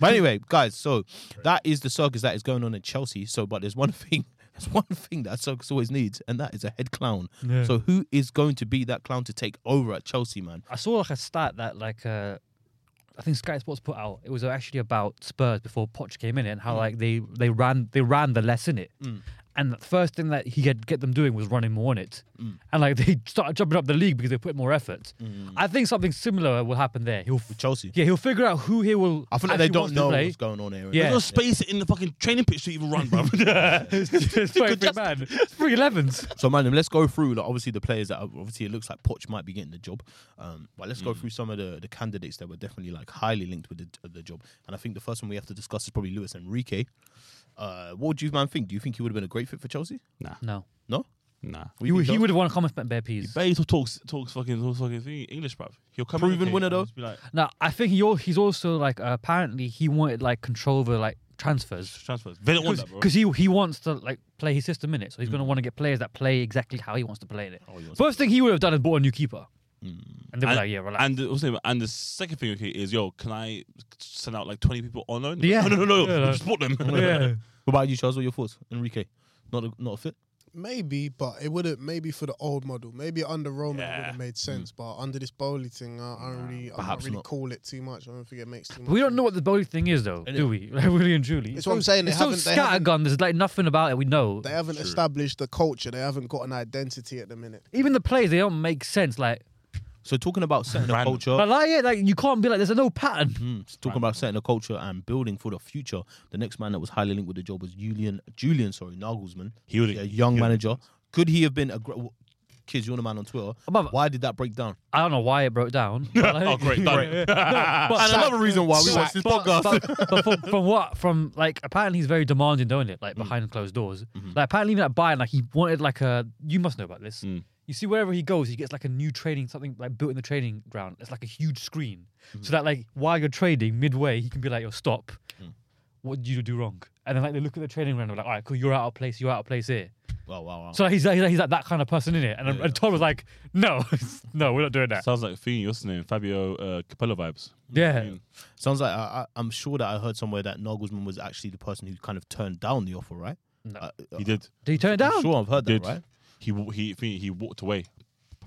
S1: but anyway, guys, so that is the circus that is going on in Chelsea. So, but there's one thing. There's one thing that circus always needs, and that is a head clown.
S4: Yeah.
S1: So, who is going to be that clown to take over at Chelsea, man?
S4: I saw like a stat that like uh, I think Sky Sports put out. It was actually about Spurs before Poch came in and
S1: Mm.
S4: how like they they ran they ran the less in it. And the first thing that he had get them doing was running more on it,
S1: Mm.
S4: and like they started jumping up the league because they put more effort. I think something similar will happen there. He'll
S1: With Chelsea,
S4: yeah he'll figure out who he will.
S1: I feel like they
S4: actually
S1: don't
S4: wants to
S1: know
S4: play.
S1: what's going on here.
S4: Yeah.
S5: there's no space in the fucking training pitch to even run bro
S4: it's very big man. It's three elevens.
S1: So, man, let's go through. Like, obviously, the players that are, obviously it looks like Poch might be getting the job, um, but let's
S4: Mm.
S1: go through some of the, the candidates that were definitely like highly linked with the, the job. And I think the first one we have to discuss is probably Luis Enrique. Uh, what do you man think? Do you think he would have been a great fit for Chelsea?
S4: No,
S1: No,
S5: nah
S1: What do
S4: he,
S1: you
S4: would-
S1: think,
S4: he
S1: Josh?
S4: would have won a comment spent bare peas.
S5: Babe talks talks fucking talks fucking thing, English, bruv. He'll come in,
S1: Proven
S5: okay,
S1: winner,
S5: and
S1: though.
S5: just Be like
S4: No, I think he al- he's also like uh, apparently he wanted like control over like transfers.
S5: transfers. They don't want that, bro. Mm.
S4: because he he wants to like play his system in it, so he's gonna want to get players that play exactly how he wants to play
S5: Oh,
S4: it. First thing he would have done is bought a new keeper, and they were
S5: Mm. And-
S4: like, yeah, relax.
S5: And the, what's the name? and the second thing, okay, is yo, can I send out like twenty people on loan?
S4: Yeah.
S5: no, no, no, no,
S4: Yeah, like-
S5: just bought them.
S4: yeah,
S1: What about you, Charles? What are your thoughts, Enrique? Not a, not a fit.
S3: Maybe, but it would have maybe for the old model. Maybe under Roman it would
S5: Yeah. Hmm.
S3: have made sense, but under this Bowley thing, I, I don't really, I
S1: perhaps
S3: can't really
S1: not.
S3: call it too much. I don't think it makes too much.
S4: we don't know what the bowling thing is though, do we? Like, really and truly,
S3: It's what I'm saying, they
S4: It's so
S3: haven't- they haven't-
S4: scattergun. There's like nothing about it we know.
S3: They haven't established the culture. They haven't got an identity at the minute.
S4: Even the players, they don't make sense. Like,
S1: So talking about setting a
S5: Random.
S1: culture,
S4: but like, yeah, like you can't be like, there's no pattern.
S5: Mm-hmm.
S1: Mm, so talking about setting a culture and building for the future. The next man that was highly linked with the job was Julian Julian, sorry, Nagelsmann.
S5: He would've-
S1: a young
S5: he would've-
S1: manager. Could he have been a great? Kids, you're the man on Twitter.
S4: Above-
S1: Why did that break down?
S4: I don't know why it broke down. but, like-
S5: oh, great, done.
S4: but-
S1: another reason why
S3: we watch
S1: this
S4: But, but from, from what? From like apparently he's very demanding, don't it? Like behind closed doors. Like apparently even at Bayern, like he wanted like a. You must know about this. You see, wherever he goes, he gets like a new training something like built in the training ground. It's like a huge screen, so that like while you're trading midway, he can be like, "Yo, stop! What did you do wrong?" And then like they look at the training ground, and they're like, "All right, cool, you're out of place. You're out of place here."
S1: Wow, wow, wow.
S4: So like, he's like, he's like, he's like that kind of person in it. And, and Todd was like, "No, no, we're not doing that."
S5: Sounds like Fiend, what's his name? Fabio uh, Capello vibes.
S4: yeah.
S1: Sounds like I, I, I'm sure that I heard somewhere that Nagelsmann was actually the person who kind of turned down the offer, right?
S4: No.
S1: Uh,
S5: He did.
S4: Did he turn it down?
S1: I'm sure I've heard that,
S5: Did.
S1: right?
S5: He wa- he Fiend, he walked away.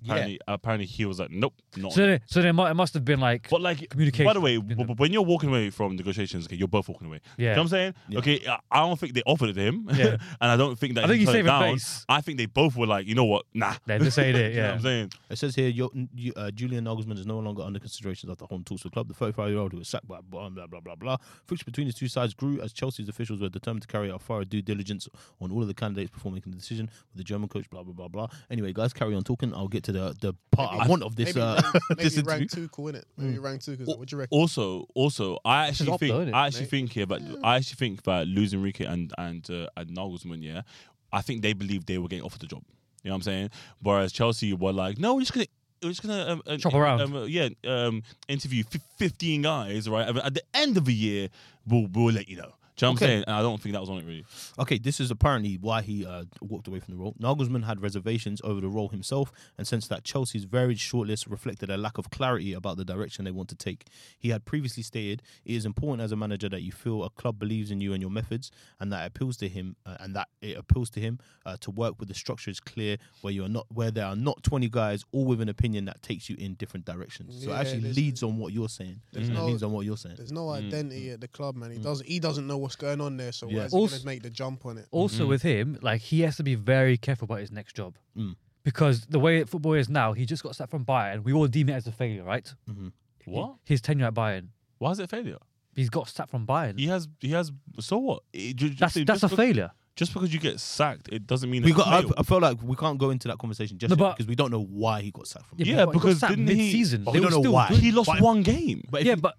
S5: Apparently, apparently he was like, nope, not.
S4: So
S5: on it."
S4: then, so then it mu- it must have been like
S5: But like,
S4: communication.
S5: by the way,
S4: between
S5: w-
S4: them.
S5: when you're walking away from negotiations, okay, you're both walking away.
S4: Yeah.
S5: You know what I'm saying? Okay, I- I don't think they offered it to him,
S4: Yeah.
S5: and I don't think that
S4: I think
S5: he
S4: he's
S5: turned it
S4: saving
S5: down.
S4: face.
S5: I think they both were like, you know what, nah.
S4: Yeah, this ain't it,
S5: You know what
S4: yeah.
S5: I'm saying?
S1: It says here, your, you- uh, Julian Nagelsmann is no longer under consideration after Horn talks with the club. The 35 year old who was sacked by blah, blah, blah, blah, blah. Friction between the two sides grew as Chelsea's officials were determined to carry out thorough due diligence on all of the candidates before making the decision with the German coach, blah, blah, blah, blah. Anyway, guys, carry on talking. I'll get to the, the part I want of this.
S3: maybe
S1: uh,
S3: rank, maybe
S1: this interview. Hmm.
S3: rank two, cool, innit? Maybe rank two, because what do you reckon?
S5: Also, also,
S4: is
S5: I actually
S4: up
S5: think
S4: though, innit,
S5: I actually
S3: mate?
S5: think here, but I actually think that losing Enrique and and uh, and Nagelsmann, yeah, I think they believed they were getting offered the job. You know what I'm saying? Whereas Chelsea were like, no, we're just gonna. We're just gonna um, um,
S4: Chop around.
S5: um, uh, yeah, um, interview f- fifteen guys, right? At the end of the year, we'll we'll let you know. Do you know what I'm saying? And I don't think that was on it really.
S1: Okay, this is apparently why he uh, walked away from the role. Nagelsmann had reservations over the role himself and sensed that Chelsea's varied shortlist reflected a lack of clarity about the direction they want to take. He had previously stated, "It is important as a manager that you feel a club believes in you and your methods, and that appeals to him, uh, and that it appeals to him uh, to work with the structure is clear, where you are not, where there are not twenty guys all with an opinion that takes you in different directions." So it
S3: Yeah,
S1: actually
S3: there's-
S1: leads on what you're saying.
S3: there's
S1: It
S3: no-
S1: leads on what you're saying.
S3: There's no identity at the club,
S1: Hmm.
S3: man. He doesn't. He doesn't know what's going on there. So
S1: Yeah.
S3: why is he
S4: Also-
S3: gonna make the jump on it?
S4: also
S5: Mm-hmm.
S4: with him, like he has to be very careful about his next job
S1: Mm.
S4: because the way football is now, he just got sacked from Bayern. We all deem it as a failure, right? He-
S5: What?
S4: his tenure at Bayern,
S5: Why is it a failure?
S4: he's got sacked from Bayern.
S5: He has he has. So what? It- ju- ju-
S4: that's
S5: just
S4: that's a
S5: be-
S4: failure.
S5: Just because you get sacked, it doesn't mean
S1: We
S5: it's a
S1: got. I,
S5: fail.
S1: I feel like we can't go into that conversation just
S4: No,
S1: yet
S4: but-
S1: because we don't know why he got sacked from.
S5: Yeah,
S4: but he got
S5: because
S4: sacked
S5: didn't he-
S4: mid-season.
S1: But
S4: They
S1: we
S4: were
S1: don't know
S4: still
S1: why.
S4: good.
S5: he lost
S1: But-
S5: one game.
S1: But if
S4: yeah,
S1: you-
S4: but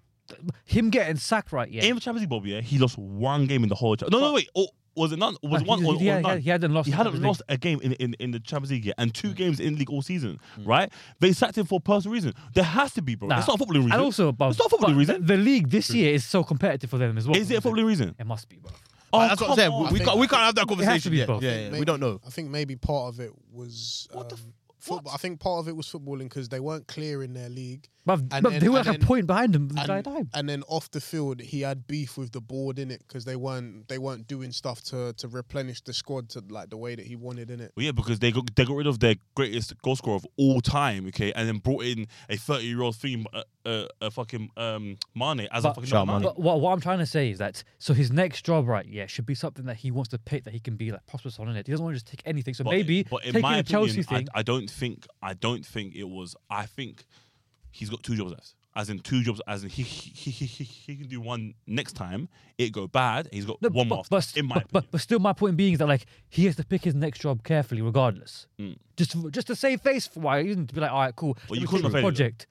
S4: him getting sacked right, yeah.
S5: in the Champions League, Bobby, yeah, he lost one game in the whole. Cha- No, no, wait. Oh, was it none?
S4: Like,
S5: Was it one?
S4: he,
S5: or,
S4: he,
S5: or
S4: had- he,
S5: none?
S4: had- he hadn't lost.
S5: He
S4: the
S5: hadn't
S4: Champions League.
S5: lost a game in, in, in the Champions League yet, and two games in league all season, right? They sacked him for personal reason. There has to be, bro.
S4: Nah.
S5: It's not a footballing reason.
S4: And also, but,
S5: it's not a footballing
S4: but
S5: reason.
S4: The, the league this year is so competitive for them as well.
S5: Is it a footballing reason?
S4: It must be, bro.
S5: Oh,
S1: that's what
S5: come
S1: I'm saying.
S5: on.
S1: We, we can't, we can't have that
S4: has to
S1: conversation
S4: be
S1: yet.
S4: both.
S1: Yeah, yeah, We don't know.
S3: I think maybe part of it was.
S5: What the
S3: um,
S5: f-
S3: football. I think part of it was footballing because they weren't clear in their league.
S4: But,
S3: And
S4: but
S3: then-
S4: they were
S3: and
S4: like a
S3: then-
S4: point behind him the entire
S3: and,
S4: time.
S3: and then off the field, he had beef with the board in it because they weren't they weren't doing stuff to to replenish the squad to like the way that he wanted in it.
S5: Well, yeah, because they got they got rid of their greatest goal scorer of all time, okay, and then brought in a thirty year old theme, uh, uh, a fucking um, Mane as a
S4: But-
S5: fucking
S1: Shout
S5: number
S1: Mane.
S5: nine.
S4: But what, what I'm trying to say is that so his next job, right? Yeah, should be something that he wants to pick that he can be like prosperous on in it. He doesn't want to just take anything. So maybe
S5: but in
S4: taking
S5: my
S4: the Chelsea thing.
S5: opinion, I, I don't think I don't think it was. I think he's got two jobs left. As in two jobs. As in he he, he, he, he can do one next time. It go bad. and He's got
S4: No,
S5: one
S4: but,
S5: more. after,
S4: but,
S5: in my
S4: but,
S5: opinion.
S4: but, but still, my point being is that like he has to pick his next job carefully, regardless. Just to, just to save face for a while, he didn't be like, all right, cool. let
S5: Mm. you
S4: me
S5: call
S4: take
S5: him a
S4: this
S5: failure, though.
S4: project.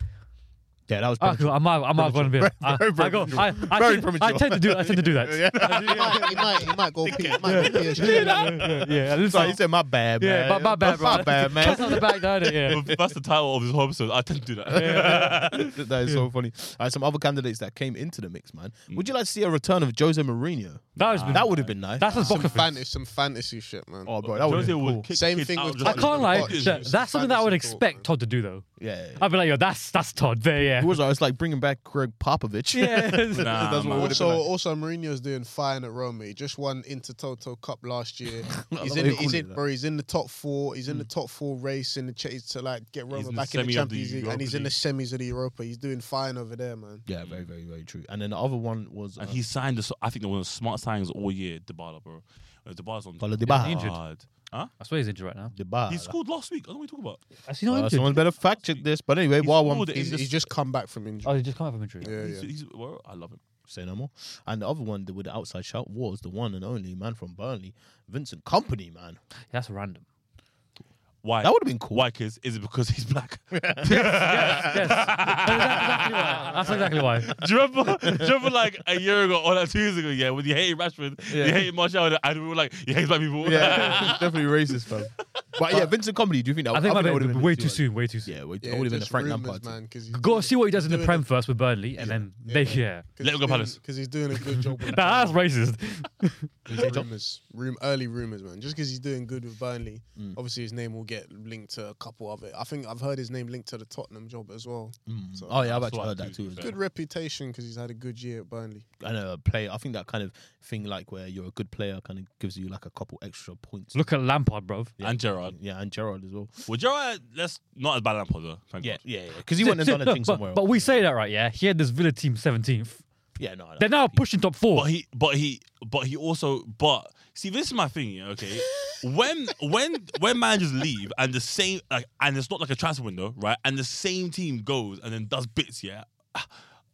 S1: Yeah, that was.
S4: Ah, cool. I might, I might go on a bit. I, I, go, I, I,
S1: Very
S4: tend, I
S1: premature.
S4: tend to do, I tend to do that.
S3: he, might, he might he might go. P- he might go PSG.
S4: yeah, yeah. I just-
S1: Sorry, he said my bad, man.
S4: yeah, but my bad, bro.
S1: My bad,
S4: That's on
S1: man.
S4: the back, don't it? Yeah.
S5: That's the title of his whole episode. I tend to do that.
S1: that is so funny. All right, some other candidates that came into the mix, man. Would you like to see a return of Jose Mourinho?
S4: That would've been-
S1: that would have been nice.
S4: That's his
S3: Some,
S4: box office.
S3: fan- some fantasy shit, man.
S1: oh, bro, that would have
S5: Jose
S1: been
S5: would
S1: cool.
S5: kick
S3: Same
S5: kids
S3: thing
S5: out
S3: with
S5: of
S3: Jose.
S4: I
S5: Jose.
S4: can't lie.
S3: Watch.
S4: that- That's something that I would
S3: Fantasy football,
S4: expect
S3: man.
S4: Todd to do, though.
S1: Yeah. yeah.
S4: I'd be like, yo, that's that's Todd. There, yeah.
S1: It was like- it's like bringing back Greg Popovich.
S4: Yeah.
S5: Nah,
S1: That's what
S5: man.
S1: it would've
S3: Also,
S1: been like.
S3: also Mourinho's doing fine at Roma. He just won Intertoto Cup last year. he's
S1: love
S3: in,
S1: how
S3: the,
S1: you
S3: he's
S1: call
S3: in,
S1: it that.
S3: bro. He's in the top four. He's in the top four race in the chase to like get Roma
S5: in the
S3: back in
S5: semi of the
S3: the Champions League,
S5: Europa
S3: and he's in the semis of the Europa. He's doing fine over there, man.
S1: Yeah, very, very, very true. And then the other one was.
S5: And
S1: uh,
S5: he signed. The, I think the one of the smart signings all year. Dybala, bro. Uh, Dybala's on.
S1: Paulo Dybala.
S4: Injured.
S5: hard. Huh?
S4: I swear he's injured right now.
S1: Dybala.
S5: He scored last week. I don't know what you're talking about.
S4: I see no
S1: Uh,
S4: injured.
S1: someone better fact check this. But anyway,
S5: He
S1: while one
S5: scored
S3: He's,
S5: in the
S3: he's just come back from
S4: Oh,
S3: injury.
S4: he just come out from injury.
S3: Yeah, yeah.
S5: He's, he's, well, I love him.
S1: say no more. And the other one that with the outside shout was the one and only man from Burnley, Vincent Company, man.
S4: That's random.
S5: Why?
S1: That would have been cool.
S5: Why? Because is it because he's black?
S4: yes, yes. That's exactly why. That's exactly why.
S5: do you remember? Do you remember like a year ago or like two years ago? Yeah, when you hated Rashford, you hated Martial, and we were like, you hate black people.
S1: Yeah, definitely racist, fam. But yeah, Vincent Company, do you think that
S4: I think my
S1: that
S4: bad.
S1: would've been
S4: way
S1: too
S4: too
S1: early.
S4: soon. Way too soon.
S1: Yeah, we,
S3: Yeah,
S1: that would have been a
S3: just
S1: Frank
S3: rumours,
S1: Lampard.
S3: man. Because
S4: Go see what he does in the
S3: Doing
S4: Prem first with Burnley, and then they yeah.
S5: Let him go Palace.
S3: because he's doing a good job. With
S4: Nah, that's racist. Mm.
S3: rumors, room early rumors, man. Just because he's doing good with Burnley, obviously his name will get get linked to a couple of it. I think I've heard his name linked to the Tottenham job as well. So
S1: Oh yeah, I've actually
S5: what I
S1: heard
S5: do,
S1: that
S5: to
S1: too.
S5: be fair.
S3: good reputation because he's had a good year at Burnley.
S1: And a player, I think that kind of thing, like where you're a good player, kind of gives you like a couple extra points.
S4: Look at Lampard, bro.
S5: And Gerard.
S1: yeah, and Gerard as well.
S5: Well, Gerard, that's not as bad as Lampard, though. Thank
S1: Yeah,
S5: God.
S1: yeah, yeah. Because he went and done a
S4: Look,
S1: thing
S4: but,
S1: somewhere.
S4: but
S1: else.
S4: we say that right, yeah. He had this Villa team 17th.
S1: yeah, no, no.
S4: They're now pushing top four.
S5: But he, but he, but he also, but see, this is my thing. Yeah, okay, when when when managers leave and the same, like, and it's not like a transfer window, right? And the same team goes and then does bits. Yeah,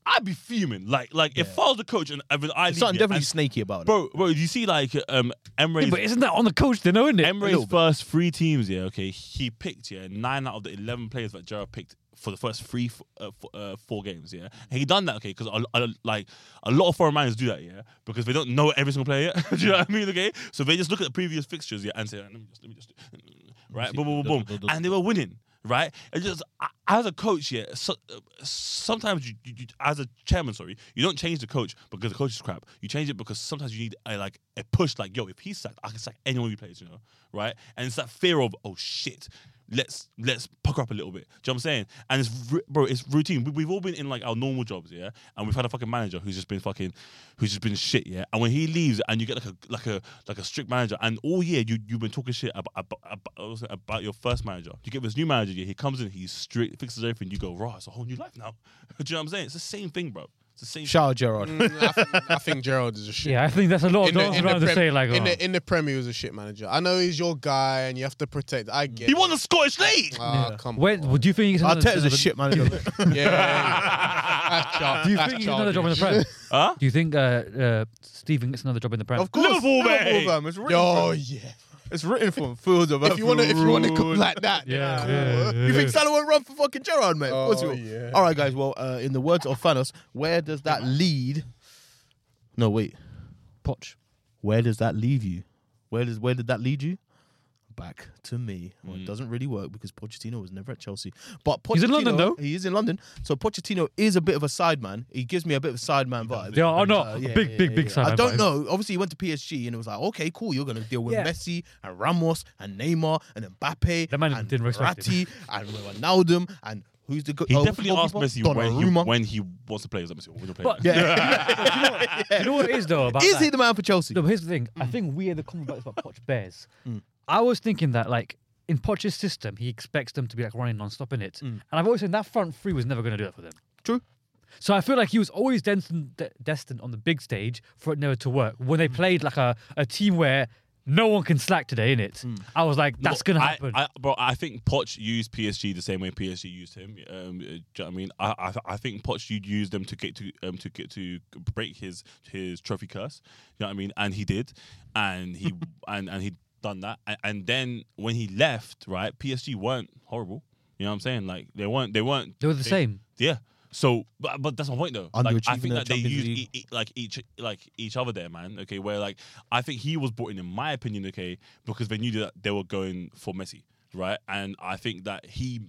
S5: I'd be fuming. Like, like if I was the coach and I was, I
S1: There's
S5: leave,
S1: something
S5: yeah,
S1: definitely
S5: and-
S1: snaky about it.
S5: bro, bro, do you see like um
S4: Yeah,
S5: Emre's
S4: but isn't that on the coach, they know, isn't it?
S5: Emre's first three teams, yeah, okay, he picked yeah nine out of the eleven players that Gerard picked for the first three f- uh, f- uh, four games, yeah. And he done that, okay, because a, a, like a lot of foreign managers do that, yeah, because they don't know every single player yet. do you know what I mean? Okay, so they just look at the previous fixtures, yeah, and say, let me just, let me just, right, boom, boom, boom, boom, and they were winning. Right, it just I- as a coach, yeah. So, uh, sometimes you, you, you, as a chairman, sorry, you don't change the coach because the coach is crap. You change it because sometimes you need a, like a push. Like, yo, if he's sacked, I can sack anyone who plays. You know, right? And it's that fear of oh shit, let's let's pucker up a little bit. Do you know what I'm saying? And it's ru- bro, it's routine. We, we've all been in like our normal jobs, yeah, and we've had a fucking manager who's just been fucking, who's just been shit, yeah. And when he leaves, and you get like a like a like a strict manager, and all year you you've been talking shit about about, about, about your first manager. You get this new manager, yeah, he comes in, he's strict, fixes everything. You go, raw, it's a whole new life now. Do you know what I'm saying? It's the same thing, bro. It's the same.
S1: Shout out Gerard.
S3: I, think, I think Gerald is a shit.
S4: Yeah, Oh, I think that's a lot of
S3: In the-
S4: dollars
S3: in the
S4: around to
S3: Prem-
S4: say, like,
S3: in
S4: oh.
S3: the in the Premier, he was a shit manager. I know he's your guy, and you have to protect. I get.
S5: he
S3: it.
S5: won the Scottish League.
S3: Ah, come
S4: When,
S3: on.
S4: do you think it's another,
S1: Arteta's a
S4: another-
S1: shit manager.
S3: Yeah, yeah, yeah. That's char-
S4: Do you
S3: that's
S4: think he's another job in the
S3: childish.
S4: Prem?
S5: Huh?
S4: Do you think uh, uh, Stephen gets another job in the Prem?
S1: course,
S5: Liverpool, mate.
S1: man. It's written,
S3: Yo,
S1: for-
S3: yeah.
S1: it's written for him. Fields of
S3: If you want to, if you want to cook
S1: Emerald.
S3: like that, then
S4: Yeah,
S3: cool.
S4: yeah, yeah,
S1: You think Salah won't run for fucking Gerard, mate? of course he
S3: Oh,
S1: will.
S3: yeah.
S1: All right, guys. Well, uh, in the words of Thanos, where does that lead? No, wait.
S4: Poch.
S1: Where does that leave you? Where does where did that lead you? Back to me. Well, it doesn't really work because Pochettino was never at Chelsea. But Pochettino,
S4: Hmm. He's in London, though.
S1: He is in London. So Pochettino is a bit of a sideman. He gives me a bit of a sideman vibe.
S4: Yeah, oh no,
S1: Uh, yeah,
S4: big,
S1: yeah,
S4: big,
S1: yeah,
S4: big
S1: yeah.
S4: sign.
S1: I don't know. Obviously, he went to PSG and it was like, okay, cool. You're going to deal with
S4: Yeah.
S1: Messi and Ramos and Neymar and Mbappe
S4: That man
S1: and
S4: didn't respect
S1: Verratti and Ronaldo and who's the good?
S5: He
S1: oh,
S5: definitely asked
S1: goalkeeper?
S5: Messi when he,
S1: Donnarumma.
S5: when he wants to play as a Messi. When he play
S4: But
S5: yeah.
S4: you know what it is, though, about
S1: Is
S4: that?
S1: he the man for Chelsea?
S4: No, but here's the thing.
S5: Mm.
S4: I think we had the comment about this about Poch Bears. I was thinking that, like, in Poch's system, he expects them to be like running non-stop in it, and I've always said that front three was never going to do that for them.
S1: True.
S4: So I feel like he was always destined, de- destined on the big stage for it never to work. When they played like a, a team where no one can slack today in it, I was like, that's
S5: Bro,
S4: going to
S5: I-
S4: happen.
S5: I, bro, I think Poch used PSG the same way PSG used him. Um, uh, do you know what I mean? I, I, I think Poch you'd use them to get to um, to get to break his his trophy curse. You know what I mean? And he did, and he and and he done that. And, and then when he left, right, PSG weren't horrible. You know what I'm saying? Like they weren't they weren't
S4: they were the same.
S5: yeah. So, but, but that's my point though. Like, I
S1: Underachieving
S5: think
S1: the
S5: that they
S1: Champions
S5: use
S1: League.
S5: e- e- like each like each other there, man. Okay, where like I think he was brought in, in my opinion, okay, because they knew that they were going for Messi, right? And I think that he,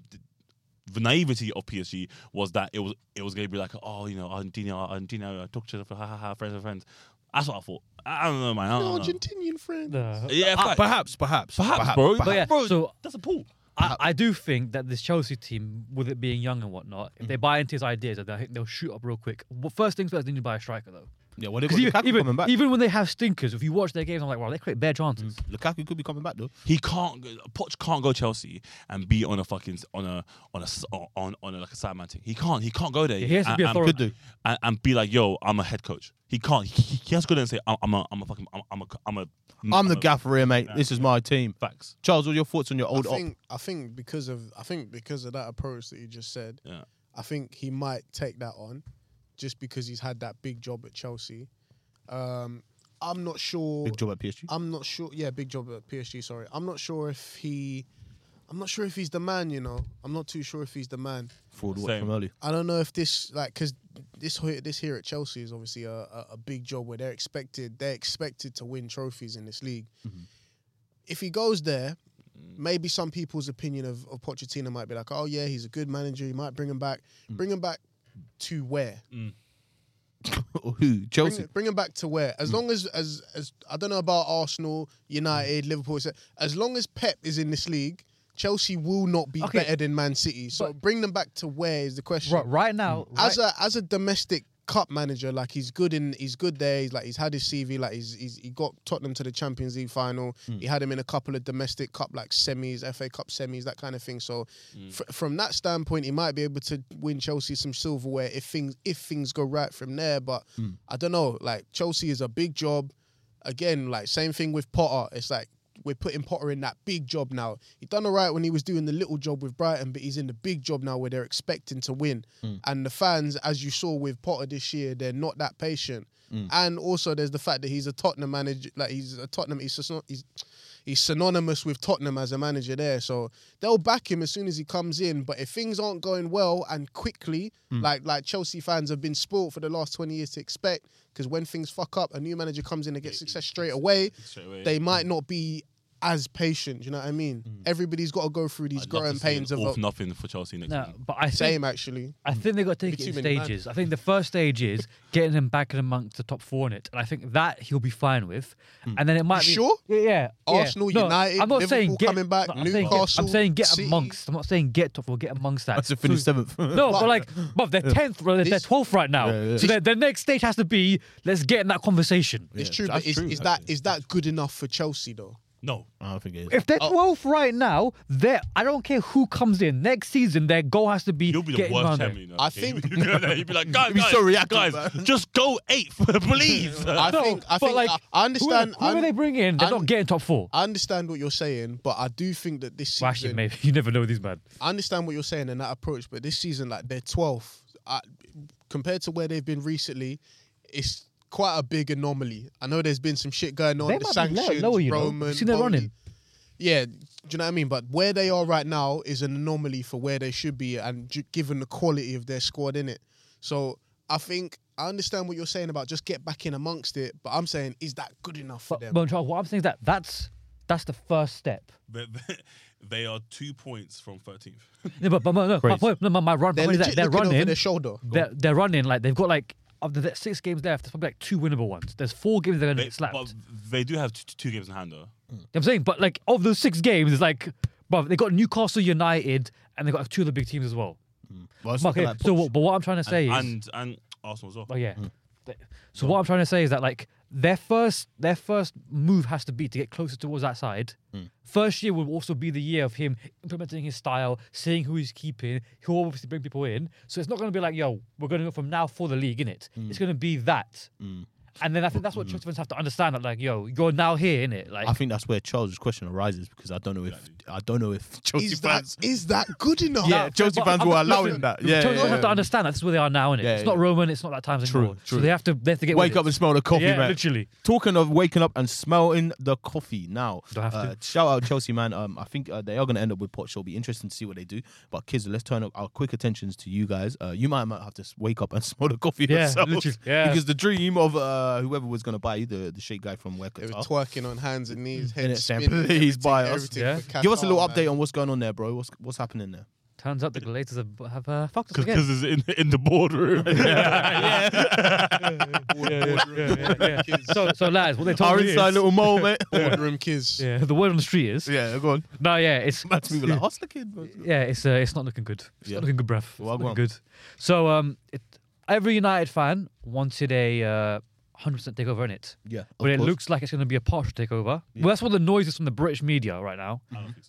S5: the naivety of PSG was that it was it was going to be like, oh, you know, Argentina, Argentina, talk to the ha ha ha, friends, friends. That's what I thought. I I don't know, man. I don't know.
S3: Argentinian friend.
S4: No.
S5: Yeah,
S1: Ah,
S5: fact.
S1: perhaps, perhaps,
S5: Perhaps, bro.
S4: But yeah,
S5: Bro,
S4: so
S5: that's a pull.
S4: I, I do think that this Chelsea team, with it being young and whatnot, if
S3: Mm.
S4: they buy into his ideas, I think they'll shoot up real quick. Well, first things first, they need to buy a striker though.
S1: Yeah, well, they've
S4: Because
S1: got Lukaku coming
S4: even,
S1: back.
S4: even when they have stinkers, if you watch their games, I'm like, wow, they create bare chances.
S1: Lukaku could be coming back though.
S5: He can't. go- Poch can't go Chelsea and be on a fucking on a on a s- on on a, like a sideman team. He can't. He can't go there.
S4: Yeah, he has to
S5: and,
S4: be a
S5: and-
S4: thorough- Could
S1: do.
S5: And, and be like, yo, I'm a head coach. He can't. He, he- he has to go there and say, I'm, I'm a I'm a fucking I'm, I'm a I'm a
S1: I'm the
S5: a-
S1: gaffer here, mate. This is my team.
S5: Facts.
S1: Charles, what are your thoughts on your
S3: I
S1: old op?
S3: think I think because of I think because of that approach that you just said,
S5: Yeah.
S3: I think he might take that on, just because he's had that big job at Chelsea. Um, I'm not sure.
S1: Big job at PSG.
S3: I'm not sure. Yeah, big job at PSG. Sorry, I'm not sure if he. I'm not sure if he's the man. You know, I'm not too sure if he's the man.
S1: Fraud watch
S5: Same.
S1: from early.
S3: I don't know if this like because this ho- this here at Chelsea is obviously a, a, a big job where they're expected they're expected to win trophies in this league. If he goes there, maybe some people's opinion of, of Pochettino might be like, oh yeah, he's a good manager. He might bring him back. Bring him back to where?
S1: Who?
S3: Bring,
S1: Chelsea.
S3: bring him back to where? As long as as as I don't know about Arsenal, United, Liverpool. et cetera, As long as Pep is in this league, Chelsea will not be
S4: Okay.
S3: better than Man City. So bring them back to where is the question.
S4: Right, right now,
S3: Mm. as
S4: right-
S3: a as a domestic cup manager, like he's good in he's good there. He's like he's had his CV. Like he's, he's he got Tottenham to the Champions League final. He had him in a couple of domestic cup like semis, FA Cup semis, that kind of thing. So fr- from that standpoint, he might be able to win Chelsea some silverware if things if things go right from there. But I don't know. Like Chelsea is a big job. Again, like same thing with Potter. It's like we're putting Potter in that big job now. He done all right when he was doing the little job with Brighton, but he's in the big job now where they're expecting to win. And the fans, as you saw with Potter this year, they're not that patient. And also, there's the fact that he's a Tottenham manager. Like he's a Tottenham. He's just not, he's he's synonymous with Tottenham as a manager there. So they'll back him as soon as he comes in. But if things aren't going well and quickly, like like Chelsea fans have been spoiled for the last 20 years to expect, because when things fuck up, a new manager comes in and gets success straight away,
S5: Straight away.
S3: they might not be as patient. Do you know what I mean? Everybody's got to go through these
S5: I'd love to
S3: growing
S5: see an
S3: pains of
S5: all for
S3: a,
S5: nothing for Chelsea next
S4: no,
S5: week.
S4: but I think
S3: same actually.
S4: I think they got to take
S3: Be
S4: it in
S3: too many man.
S4: stages. I think the first stage is getting him back in amongst the top four in it, and I think that he'll be fine with. And then it might
S3: Mm. You
S4: be
S3: sure?
S4: Yeah, yeah. yeah.
S3: Arsenal,
S4: No,
S3: United,
S4: I'm not saying
S3: Liverpool
S4: get,
S3: coming back,
S4: no, I'm saying get-
S3: Newcastle,
S4: I'm saying get
S3: City.
S4: amongst. I'm not saying get top four. Get amongst that.
S1: That's to finish
S4: So-
S1: seventh.
S4: No, but like, but they're tenth, they're
S3: This-
S4: twelfth right now.
S1: Yeah, yeah.
S4: So their, their next stage has to be let's get in that conversation.
S3: It's true, but
S1: that's
S3: is,
S1: true,
S3: is that is that good enough for Chelsea though?
S5: No.
S1: I don't think it is.
S4: If
S3: Oh.
S4: they're twelfth right now, they're I don't care who comes in next season. Their goal has to be
S5: You'll be the
S4: getting
S5: worst
S4: around there.
S5: champion. you know,
S3: I
S5: okay?
S3: think-
S5: You'll be going there, you'll be like, guys,
S1: be
S5: guys,
S1: so reactive,
S5: guys
S1: man.
S5: just go eighth, please.
S3: I
S4: No,
S3: think I
S4: but
S3: think
S4: like,
S3: I, I understand.
S4: Whoever, whoever
S3: I'm-
S4: they bring in, they're
S3: I'm-
S4: not getting top four.
S3: I understand what you're saying, but I do think that this
S4: Well, actually,
S3: season,
S4: maybe you never know with these man.
S3: I understand what you're saying and that approach, but this season, like they're 12th I, compared to where they've been recently. It's quite a big anomaly. I know there's been some shit going on.
S4: They
S3: the
S4: might be lower-
S3: sanctions,
S4: lower, you know. You've
S3: Roman,
S4: seen their
S3: Bowley.
S4: running.
S3: Yeah, do you know what I mean? But where they are right now is an anomaly for where they should be, and ju- given the quality of their squad in it. So I think I understand what you're saying about just get back in amongst it. But I'm saying, is that good enough for
S4: But
S3: them?
S4: Montreal, what I'm saying is that that's that's the first step.
S5: They- they- They are two points from 13th.
S4: No, but, but no, my
S1: Crazy.
S4: point, no, my, my run, my
S3: they're
S4: point is
S3: legit
S4: that they're
S3: looking over
S4: running,
S3: their shoulder.
S4: they're, they're running like they've got like of the the six games left. There's probably like two winnable ones. There's four games they're gonna
S5: They,
S4: get slapped.
S5: but they do have t- two games in hand, though.
S4: I'm saying, but like of those six games, it's like, bruv, they got Newcastle United and they got two of the big teams as well.
S1: Well, it's
S4: Okay,
S1: looking like
S4: so
S1: Poch.
S4: what, but what I'm trying to say is,
S5: And and Arsenal as well.
S4: oh yeah. Th- So what I'm trying to say is that like their first their first move has to be to get closer towards that side. First year will also be the year of him implementing his style, seeing who he's keeping. He'll obviously bring people in. So it's not going to be like, yo, we're going to go from now for the league, innit? It's going to be that. And then I think that's what Chelsea fans have to understand that, like, yo, you're now here, innit? Like,
S1: I think that's where Charles' question arises because I don't know if I don't know if Chelsea
S3: Is that
S1: fans.
S3: is that good enough?
S1: Yeah, Chelsea
S4: but
S1: fans
S4: I'm-
S1: were
S4: I'm-
S1: allowing
S4: listen,
S1: that. Yeah,
S4: Chelsea
S1: yeah,
S4: fans
S1: yeah.
S4: have to understand that's where they are now, innit?
S1: Yeah,
S4: it's not
S1: yeah.
S4: Roman, it's not that times
S1: True,
S4: anymore.
S1: true.
S4: So they have to they have to get
S1: Wake
S4: with
S1: up
S4: it.
S1: and smell the coffee,
S4: Yeah,
S1: man.
S4: literally.
S1: Talking of waking up and smelling the coffee now.
S4: Do I have
S1: uh, Shout out Chelsea, man. Um, I think uh, they are going to end up with Poch. So it'll be interesting to see what they do. But kids, let's turn up our quick attentions to you guys. Uh, you might might have to s- wake up and smell the coffee
S4: Yeah,
S1: yourselves
S4: literally, yeah.
S1: because the dream of uh, whoever was going to buy you, the the shake guy from where
S3: They were
S1: Qatar.
S3: twerking on hands and knees,
S1: Innit,
S3: head
S1: Sam?
S3: spinning,
S1: Please
S3: everything-
S1: buy us.
S3: everything
S4: Yeah.
S3: for
S1: Give us a little
S3: Qatar, man.
S1: update on what's going on there, bro. What's what's happening there?
S4: Turns out the Glazers have, have uh, fucked us again.
S5: Because it's in, in the boardroom.
S4: yeah, yeah, yeah. So, so lads, what they told
S1: Our
S4: me
S1: inside
S4: is,
S1: little mole, mate.
S3: Boardroom kiss.
S4: yeah, the word on the street is,
S1: yeah, go on.
S4: no, yeah, it's,
S1: That's me, we're like hustler kid. bro."
S4: yeah, it's, uh, it's not looking good. It's
S1: Yeah.
S4: not looking good, bruv. It's
S1: Well,
S4: not
S1: go
S4: looking
S1: on.
S4: good. So, um, it, every United fan wanted a uh, 100% takeover in it,
S1: Yeah, of
S4: but it
S1: course.
S4: looks like it's going to be a partial takeover. Well, that's what the noise is from the British media right now.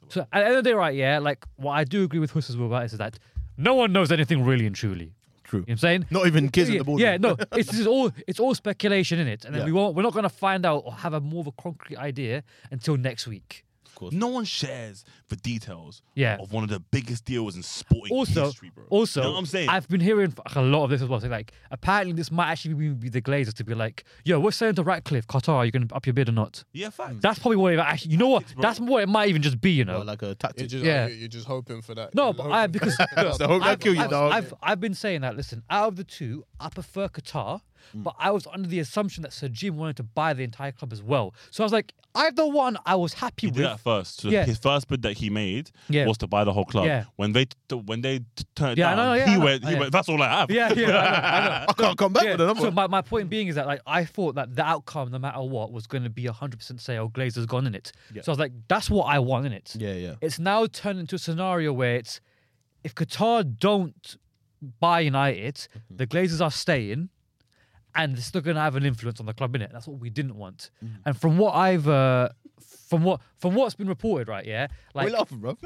S4: So, at the end of the day, right, yeah, like what I do agree with Hussein about is that no one knows anything really and truly.
S1: true.
S4: You know what I'm saying?
S1: Not even kids in
S4: yeah,
S1: the boardroom.
S4: yeah, no, it's just all it's all speculation in it, and then
S1: Yeah.
S4: we won't we're not gonna find out or have a more of a concrete idea until next week.
S5: no one shares the details
S4: Yeah.
S5: of one of the biggest deals in sporting
S4: Also,
S5: history, bro.
S4: also,
S5: you know what I'm saying?
S4: I've been hearing f- a lot of this as well. So like, apparently, this might actually be, be the Glazers to be like, "Yo, we're saying to Ratcliffe, Qatar, are you going to up your bid or not?"
S5: yeah, facts.
S4: That's probably what it actually. You know what?
S5: bro.
S4: That's what it might even just be. You know,
S1: Well, like a
S3: You're
S1: tactic.
S3: just,
S4: Yeah.
S3: yeah. you're just hoping for that.
S4: No,
S3: You're
S4: but
S3: hoping
S4: I
S3: for
S4: because
S3: that.
S4: look,
S1: So I hope that
S4: I've,
S1: kill you,
S4: I've,
S1: dog.
S4: I've, I've been saying that. Listen, out of the two, I prefer Qatar
S1: Mm.
S4: But I was under the assumption that Sir Jim wanted to buy the entire club as well. So I was like, either one, I was happy
S5: He
S4: with.
S5: did that first. So
S4: Yeah.
S5: His first bid that he made
S4: Yeah.
S5: was to buy the whole club.
S4: Yeah.
S5: When they t- when they t- turned it
S4: Yeah, I
S5: down,
S4: know, yeah,
S5: he
S4: I know. Oh,
S5: went. He
S4: Yeah.
S5: went. That's all I have.
S4: Yeah, yeah, I know, I know.
S1: I can't come back
S4: Yeah,
S1: with another
S4: So
S1: one.
S4: my, my point being is that like I thought that the outcome, no matter what, was going to be 100% say, oh, Glazer's gone in it. So I was like, that's what I want in it.
S1: Yeah, yeah.
S4: It's now turned into a scenario where it's if Qatar don't buy United, the Glazers are staying, and they're still going to have an influence on the club in it. That's what we didn't want. And from what I've uh, from what from what's been reported, right? Yeah, like
S1: we love him, bro.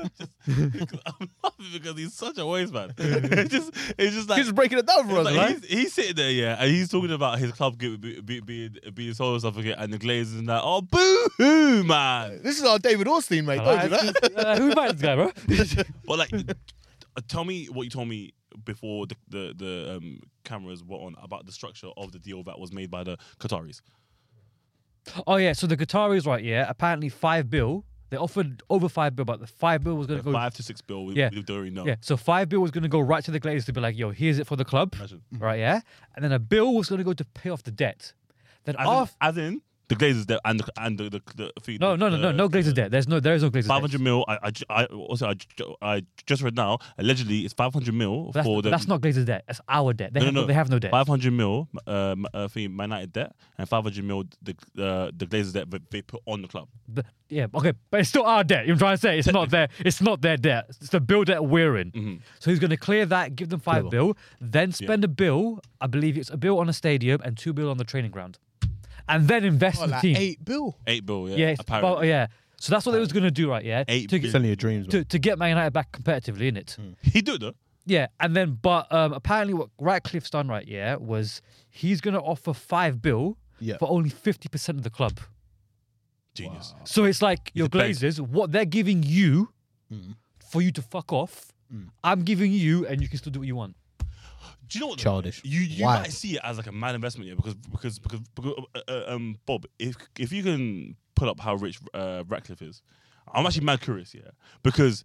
S5: I'm laughing because he's such a waste man. it's just it's just like
S1: He's breaking it down for us,
S5: Like,
S1: right?
S5: he's, he's sitting there, yeah, and he's talking about his club being be, be, be, being sold and stuff again, and the Glazers and that. Oh, boo hoo, man!
S1: This is our David Orstein, mate.
S4: uh,
S1: Don't do that.
S4: who invited this guy, bro?
S5: But like, uh, tell me what you told me before the the, the um, cameras were on about the structure of the deal that was made by the Qataris.
S4: Oh yeah, so the Qataris, right? Yeah, apparently five bill. They offered over five bill, but the five bill was going to go.
S5: Five to six bill. We,
S4: Yeah.
S5: we don't really know.
S4: Yeah, so five bill was going to go right to the Glazers to be like, "Yo, here's it for the club,"
S5: Imagine. Mm-hmm.
S4: right? Yeah, and then a bill was going to go to pay off the debt. Then
S5: As,
S4: after,
S5: in, as in the Glazers debt and the and the, the, the, the
S4: no, no, no, no, no Glazers debt. There's no, there is no Glazers
S5: Five
S4: debt.
S5: hundred mil. I, I, ju- I also I, ju- I just read now. Allegedly, it's five hundred mil
S4: That's,
S5: for the
S4: that's not Glazers debt. That's our debt. They,
S5: No,
S4: have,
S5: no,
S4: no,
S5: no.
S4: they have no debt.
S5: Five hundred mil, uh, m- uh, for Man United debt, and five hundred mil the uh, the Glazers debt that they put on the club.
S4: The- yeah, okay, but it's still our debt. You're trying to say it's not their, it's not their debt. It's the bill that we're in.
S5: Mm-hmm.
S4: So he's going to clear that, give them five bill, then spend a bill. I believe it's a bill on a stadium and two bill on the training ground, and then invest
S3: Oh,
S4: in the
S3: like
S4: team.
S3: eight bill.
S5: Eight bill, yeah.
S4: yeah, it's-
S5: apparently.
S4: well, yeah. So that's what they was going to do, right? Yeah,
S5: Eight
S4: to,
S5: bill.
S1: only your dreams,
S4: to, to get Man United back competitively in it.
S1: Hmm.
S5: He do it though.
S4: Yeah, and then but um, apparently what Ratcliffe's done right, yeah, was he's gonna offer five bill
S1: Yeah.
S4: for only fifty percent of the club.
S5: Genius.
S4: So it's like your
S5: a beg.
S4: Glazers, what they're giving you
S1: Hmm.
S4: for you to fuck off, I'm giving you, and you can still do what you want.
S5: Do you know what?
S1: Childish.
S5: You you
S1: Wild.
S5: might see it as like a mad investment, yeah, because because because, because uh, uh, um Bob, if if you can pull up how rich uh, Ratcliffe is, I'm actually mad curious, yeah, because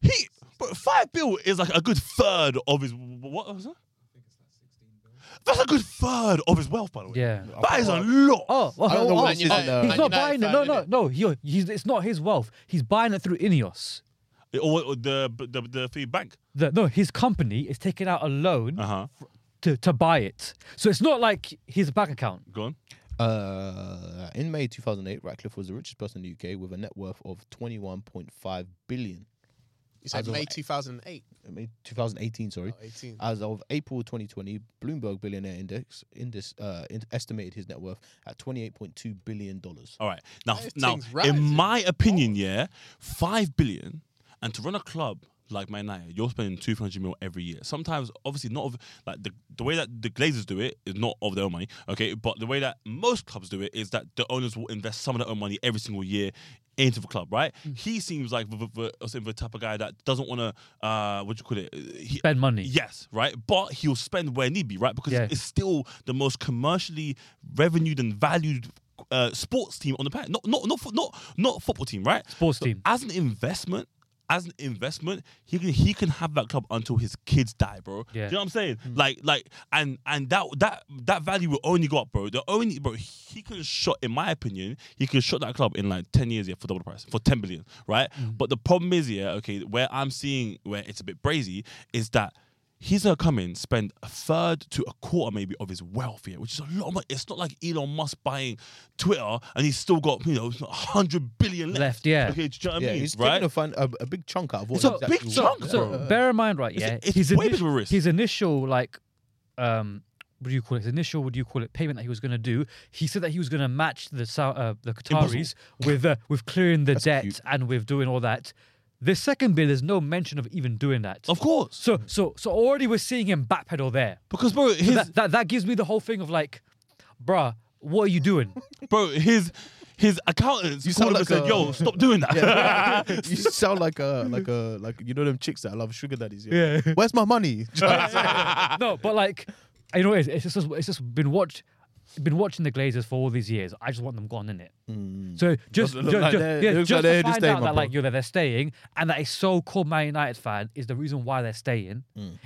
S5: he but five bill is like a good third of his what was that? That's a good third of his wealth, by the way.
S4: Yeah.
S5: That is a lot.
S4: Oh, well,
S1: I don't know
S4: oh,
S1: what
S4: oh,
S1: it is,
S4: oh,
S1: uh,
S4: he's not
S3: United
S4: buying it.
S3: fan,
S4: No, no,
S3: innit?
S4: no. He, he's, it's not his wealth. He's buying it through Ineos.
S5: or, or the the the fee bank.
S4: The, no, his company is taking out a loan
S1: Ah.
S5: Uh huh.
S4: to, to buy it. So it's not like his bank account.
S5: Go on.
S6: Uh, in May 2008, Ratcliffe was the richest person in the UK with a net worth of 21.5 billion.
S3: It's like
S6: As of
S3: May
S6: eight.
S3: 2008.
S6: I mean, 2018, sorry.
S1: Oh,
S3: 18.
S6: As of April 2020, Bloomberg Billionaire Index in this, uh, in- estimated his net worth at 28.2 billion dollars.
S5: All right. Now,
S3: Those
S5: now,
S3: things rising.
S5: in my opinion, yeah, five billion, and to run a club like Man United, you're spending two hundred mil every year. Sometimes, obviously, not of like the, the way that the Glazers do it is not of their own money, okay. But the way that most clubs do it is that the owners will invest some of their own money every single year into the club, right? He seems like the, the, the, the type of guy that doesn't want to, uh, what do you call it? He,
S4: Spend money.
S5: Yes, right. But he'll spend where need be, right? Because
S4: Yeah.
S5: it's still the most commercially revenued and valued uh, sports team on the planet. Not not not fo- not not football team, right?
S4: Sports team.
S5: As an investment, as an investment, he can he can have that club until his kids die, bro. Do
S4: Yeah. Hmm.
S5: you know what I'm saying? Like like and and that that that value will only go up, bro. The only bro he can shot, in my opinion, he can shot that club in like ten years yeah for double the price for ten billion, right?
S4: Hmm.
S5: But the problem is yeah, okay, where I'm seeing where it's a bit brazy is that. He's gonna come in, spend a third to a quarter maybe of his wealth here, which is a lot of money. It's not like Elon Musk buying Twitter and he's still got, you know, 100 billion left.
S4: Left, yeah.
S5: Okay, do you know what I
S6: Yeah,
S5: mean?
S6: he's
S5: right?
S6: taking a, fin- a, a big chunk out of what
S4: So-
S6: he's
S5: Big
S6: actually-
S5: chunk,
S4: So
S5: bro.
S4: bear in mind, right?
S5: It's-
S4: Yeah,
S5: it's
S4: his,
S5: way bigger
S4: initi-
S5: risk.
S4: his initial like, um, what do you call it? His initial what do you call it? Payment that he was going to do. He said that he was going to match the Sau- uh, the Qataris with uh, with clearing the debt and with doing all that. This second bill, there's no mention of even doing that.
S5: Of course.
S4: so so so already we're seeing him backpedal there.
S5: Because bro, his
S4: That, that that gives me the whole thing of like, bruh, what are you doing?
S5: bro, his his accountants
S1: You
S5: called him
S1: sound like
S5: and said,
S1: a-
S5: "Yo, stop doing that."
S1: you sound like a like a like you know them chicks that love sugar daddies.
S4: Yeah.
S1: Where's my money?
S4: no, but like, you know, what it is? it's just it's just been watch, been watching the Glazers for all these years. I just want them gone in it. So just,
S1: Doesn't Mm. look
S4: ju-
S1: like
S4: ju-
S1: they're-
S4: yeah,
S1: it looks
S4: just
S1: like they're
S4: to
S1: here to
S4: find
S1: stay,
S4: out
S1: my
S4: that like
S1: bro.
S4: you know they're staying, and that a so-called
S1: Mm.
S4: Man United fan is the reason why they're staying.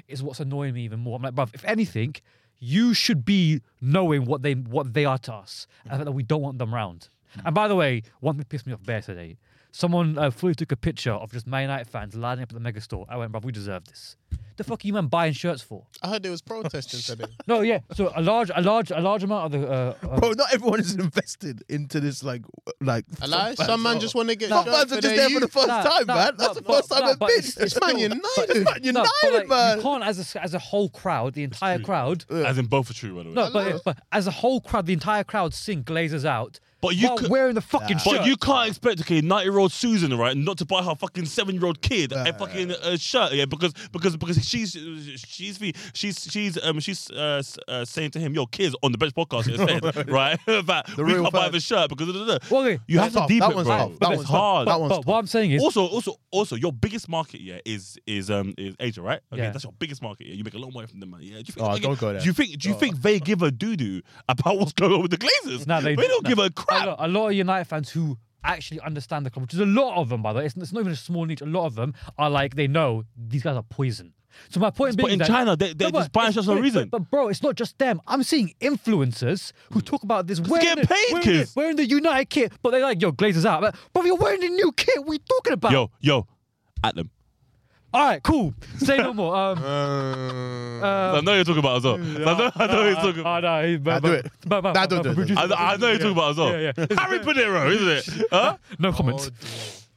S4: Is what's annoying me even more. I'm like, bruv, if anything. you should be knowing what they what they are to us, and the fact that we don't want them round.
S1: Mm.
S4: And by the way, one thing pissed me off bare today. Someone uh, fully took a picture of just Man United fans lining up at the megastore. I went, bruv, we deserve this. The fuck are you man buying shirts for?
S3: I heard there was protesting today.
S4: No, yeah. So a large, a large, a large amount of the uh, uh,
S1: Bro, not everyone is invested into this like like.
S3: A lie? Some man just want to get
S1: Some
S3: drunk
S1: fans are
S3: for
S1: just
S3: their
S1: there for
S3: youth.
S1: the first
S4: Nah,
S1: time,
S4: nah,
S1: man. That's
S4: nah,
S1: the first
S4: but-
S1: time
S4: nah,
S1: I've
S4: but
S1: been.
S4: it's- it's
S3: Man
S1: still-
S3: United.
S1: It's Man United,
S4: No, but, like,
S1: man.
S4: You can't as a, as a whole crowd, the entire crowd.
S5: As in both are true, by the way.
S4: No, but, but as a whole crowd, the entire crowd sing glazers out.
S5: But you
S4: while
S5: could-
S4: wearing the fucking shirt.
S5: But you can't expect okay, ninety year old Susan, right, not to buy her fucking seven year old kid a fucking uh, shirt, yeah, because because because she's she's she's she's um she's uh, s- uh, saying to him, yo, kids on the bench podcast, it said, right, that we
S1: real
S5: can't buy
S1: facts.
S5: the shirt because of the-
S4: Well, okay,
S5: you have
S1: That's
S5: to
S1: tough.
S5: deep
S1: That
S5: it,
S1: one's
S5: bro.
S1: tough. That
S5: It's
S1: one's tough.
S5: hard.
S1: That
S4: but
S1: one's
S4: what I'm saying is,
S5: Also, also, also, your biggest market, yeah, is is um is Asia, right? Okay,
S4: Yeah.
S5: that's your biggest market. Yeah, you make a lot more from them, man. Yeah, do you think?
S1: Oh,
S5: okay,
S1: don't go there.
S5: Do you think? Do
S4: Oh.
S5: you think they give a doo doo about what's going on with the Glazers?
S4: No, they-
S5: don't
S4: no.
S5: give a
S4: A
S5: crap.
S4: lot, a lot of United fans who actually understand the club, which is a lot of them, by the way. It's, it's not even a small niche. A lot of them are like they know these guys are poison. So my point being
S5: But in
S4: that-
S5: China, they they
S4: No, but
S5: just buying
S4: it's-
S5: shirts for no
S4: but-
S5: reason.
S4: But, bro, it's not just them. I'm seeing influencers who talk about this. Wearing
S5: getting
S4: the-
S5: paid,
S4: wearing
S5: kids.
S4: the- Wearing the United kit, but they're like, yo, Glazers out. But, bro, you're wearing the new kit. What are you talking about?
S5: Yo, yo, at them.
S4: All right, cool. Say no more. Um, uh,
S5: I know you're talking about as well. I know, I know you're talking
S4: Oh,
S5: about.
S4: no, he-
S1: do
S4: but- but-
S1: it.
S4: but- but-
S1: Nah, don't
S4: but-
S1: do it,
S4: but-
S1: don't
S5: I know, I know you're talking about as well.
S4: Yeah, yeah.
S5: Harry Panero, isn't it? Huh?
S4: No comments.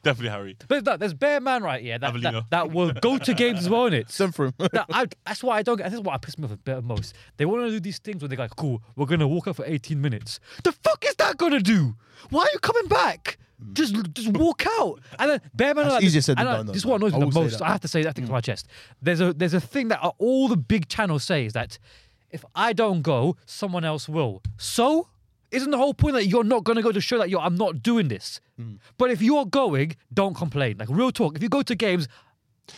S5: Definitely Harry.
S4: There's, that, there's bare man right here that, that,
S5: Avellino.
S4: that will go to games as well, innit?
S1: Send for him.
S4: that, I, that's why I don't get. This is what I piss me off a bit most. They want to do these things where they're like, "Cool, we're gonna walk out for 18 minutes." The fuck is that gonna do? Why are you coming back? Just, just walk out. And then bare men are like,
S1: easier said than
S4: and I-
S1: done, though,
S4: This is what
S1: man.
S4: annoys
S1: I
S4: me the
S1: will say
S4: most.
S1: that. Mm.
S4: I have to say that thing to my chest. There's a there's a thing that all the big channels say is that if I don't go, someone else will. So. Isn't the whole point that you're not going to go to show that you're, I'm not doing this?
S1: Mm.
S4: But if you're going, don't complain. Like, real talk. If you go to games,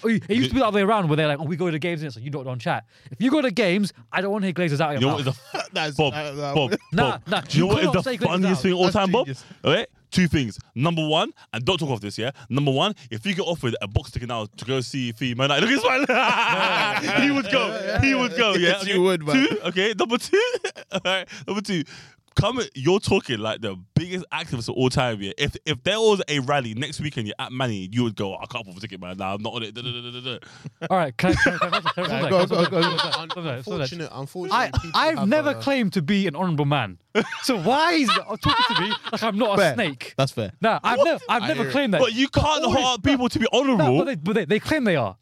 S4: Oh, It used to be the other way around where they're like, oh, we go to games and so you don't, don't chat. If you go to games, I don't want to hear glazers out of
S5: You know
S4: your
S5: what is
S4: mouth.
S5: the
S1: That's-
S5: Bob,
S1: that- that-
S5: Bob,
S4: Nah,
S5: Bob.
S4: nah,
S5: Do you know
S4: you
S5: what is
S4: cannot
S5: the
S4: say glazed
S5: funniest
S4: out.
S5: thing of all
S1: That's
S5: time, Bob?
S1: genius.
S5: All right, two things. Number one, and don't talk off this, yeah. Number one, if you get offered a box ticket now to go see Fee Man, United- look at his smile. he would go. He would go. Yeah,
S1: Yes, you
S5: okay.
S1: would, man.
S5: Two, okay. Number two, all right. Number two. Come, you're talking like the biggest activist of all time. Yeah, if if there was a rally next weekend, you're at Manny, you would go. "Oh, I can't afford a ticket, man. Nah, I'm not on it. Da, da, da, da, da, da.
S4: All right, can I, can I, can I, can I- can I-
S1: Go,
S4: can
S1: go,
S4: I-
S1: go.
S4: can I- can I- can I- can I- can I-
S3: Unfortunate, unfortunate.
S4: I,
S3: people
S4: I've
S3: have,
S4: never
S3: uh,
S4: claimed to be an honourable man. So why is it talking to me like I'm not a
S1: Fair.
S4: snake?
S1: That's fair.
S4: Nah, I've, never, I've never claimed that.
S5: But you can't
S4: all this-
S5: hard people to be honourable.
S4: No, but, they, but they, they claim they are.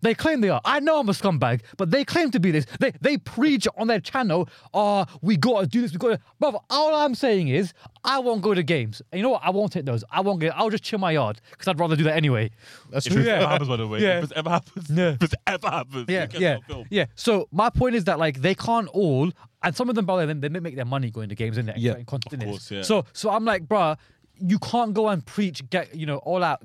S4: They claim they are. I know I'm a scumbag, but they claim to be this. They they preach on their channel, oh, we gotta do this, we gotta brother. All I'm saying is I won't go to games. And you know what? I won't take those. I won't get I'll just chill my yard because I'd rather do that anyway.
S1: That's
S5: If
S1: true.
S5: this ever happens, by the way,
S4: Yeah.
S5: if this ever happens,
S4: Yeah.
S5: if this ever happens,
S4: Yeah,
S5: you cannot
S4: yeah,
S5: film.
S4: yeah. So my point is that like they can't all, and some of them, by the way, they they make their money going to games and
S1: Yeah.
S4: creating content. innit?
S5: course, yeah.
S4: So so I'm like, bruh, you can't go and preach, get you know all out,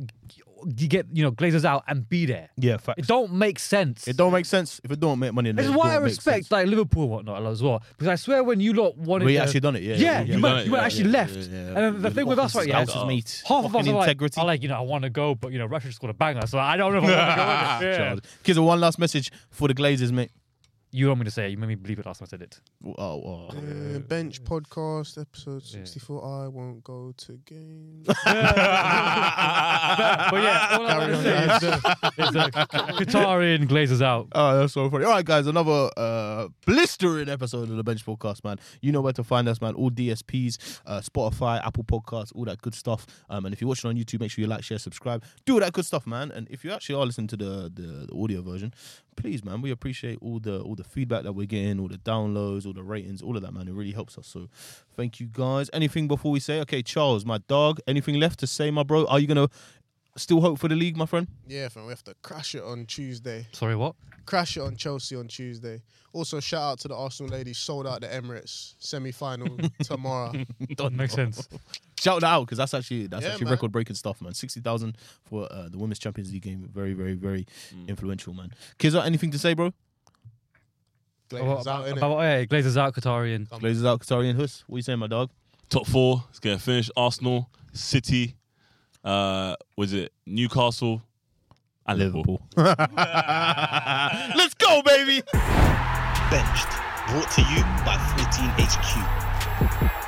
S4: you get you know glazers out and be there.
S1: Yeah,
S4: It
S1: facts.
S4: don't make sense.
S1: It don't make sense if it don't make money. then
S4: This is
S1: it
S4: why I
S1: don't make
S4: respect
S1: sense.
S4: like Liverpool and whatnot as well. Because I swear when you lot wanted
S1: We
S4: to-
S1: actually done it, yeah,
S4: Yeah,
S1: yeah,
S4: you
S1: yeah.
S4: went,
S5: Done it,
S4: you went
S5: yeah,
S4: actually
S5: yeah,
S4: left. And then the thing with us right yeah,
S1: Offenses, mate.
S4: half of us
S1: Fucking
S4: are like, oh,
S1: integrity.
S4: are like, you know, I want to go, but you know, Russia scored a banger, so I don't know if I want to go. in it. Yeah.
S1: Child. Kids, one last message for the Glazers, mate.
S4: You want me to say it, you made me believe it last time I said it.
S1: Oh, oh.
S3: uh, bench podcast episode 64. I won't go to games.
S4: but yeah, all I want to say is, uh, is uh, Qatari and Glazers out.
S1: Oh, that's so funny. All right, guys, another uh, blistering episode of the Bench Podcast, man. You know where to find us, man. All DSPs, uh, Spotify, Apple Podcasts, all that good stuff. Um, and if you're watching on YouTube, make sure you like, share, subscribe, do all that good stuff, man. And if you actually are listening to the, the, the audio version, please, man, we appreciate all the all the feedback that we're getting, all the downloads, all the ratings, all of that, man. It really helps us. So, thank you, guys. Anything before we say, okay, Charles, my dog, anything left to say, my bro? Are you gonna still hope for the league, my friend?
S3: yeah, fam, we have to crash it on Tuesday.
S4: Sorry, what?
S3: Crash it on Chelsea on Tuesday. Also, shout out to the Arsenal ladies. Sold out the Emirates semi final tomorrow.
S4: Doesn't make sense.
S1: Shout that out because that's actually that's
S3: Yeah,
S1: actually
S3: man.
S1: record breaking stuff, man. Sixty thousand for uh, the Women's Champions League game. Very, very, very
S3: Mm.
S1: influential, man. Kizza, anything to say, bro?
S3: Glazers out,
S4: But-
S3: innit?
S4: but, yeah, Glazers out, Qatari and
S1: Blazers out, Qatari and Huss. What you saying, my dog?
S5: Top four, it's gonna finish Arsenal, City, uh, was it Newcastle, and Liverpool.
S1: Let's go, baby.
S7: Benched. Brought to you by 14HQ.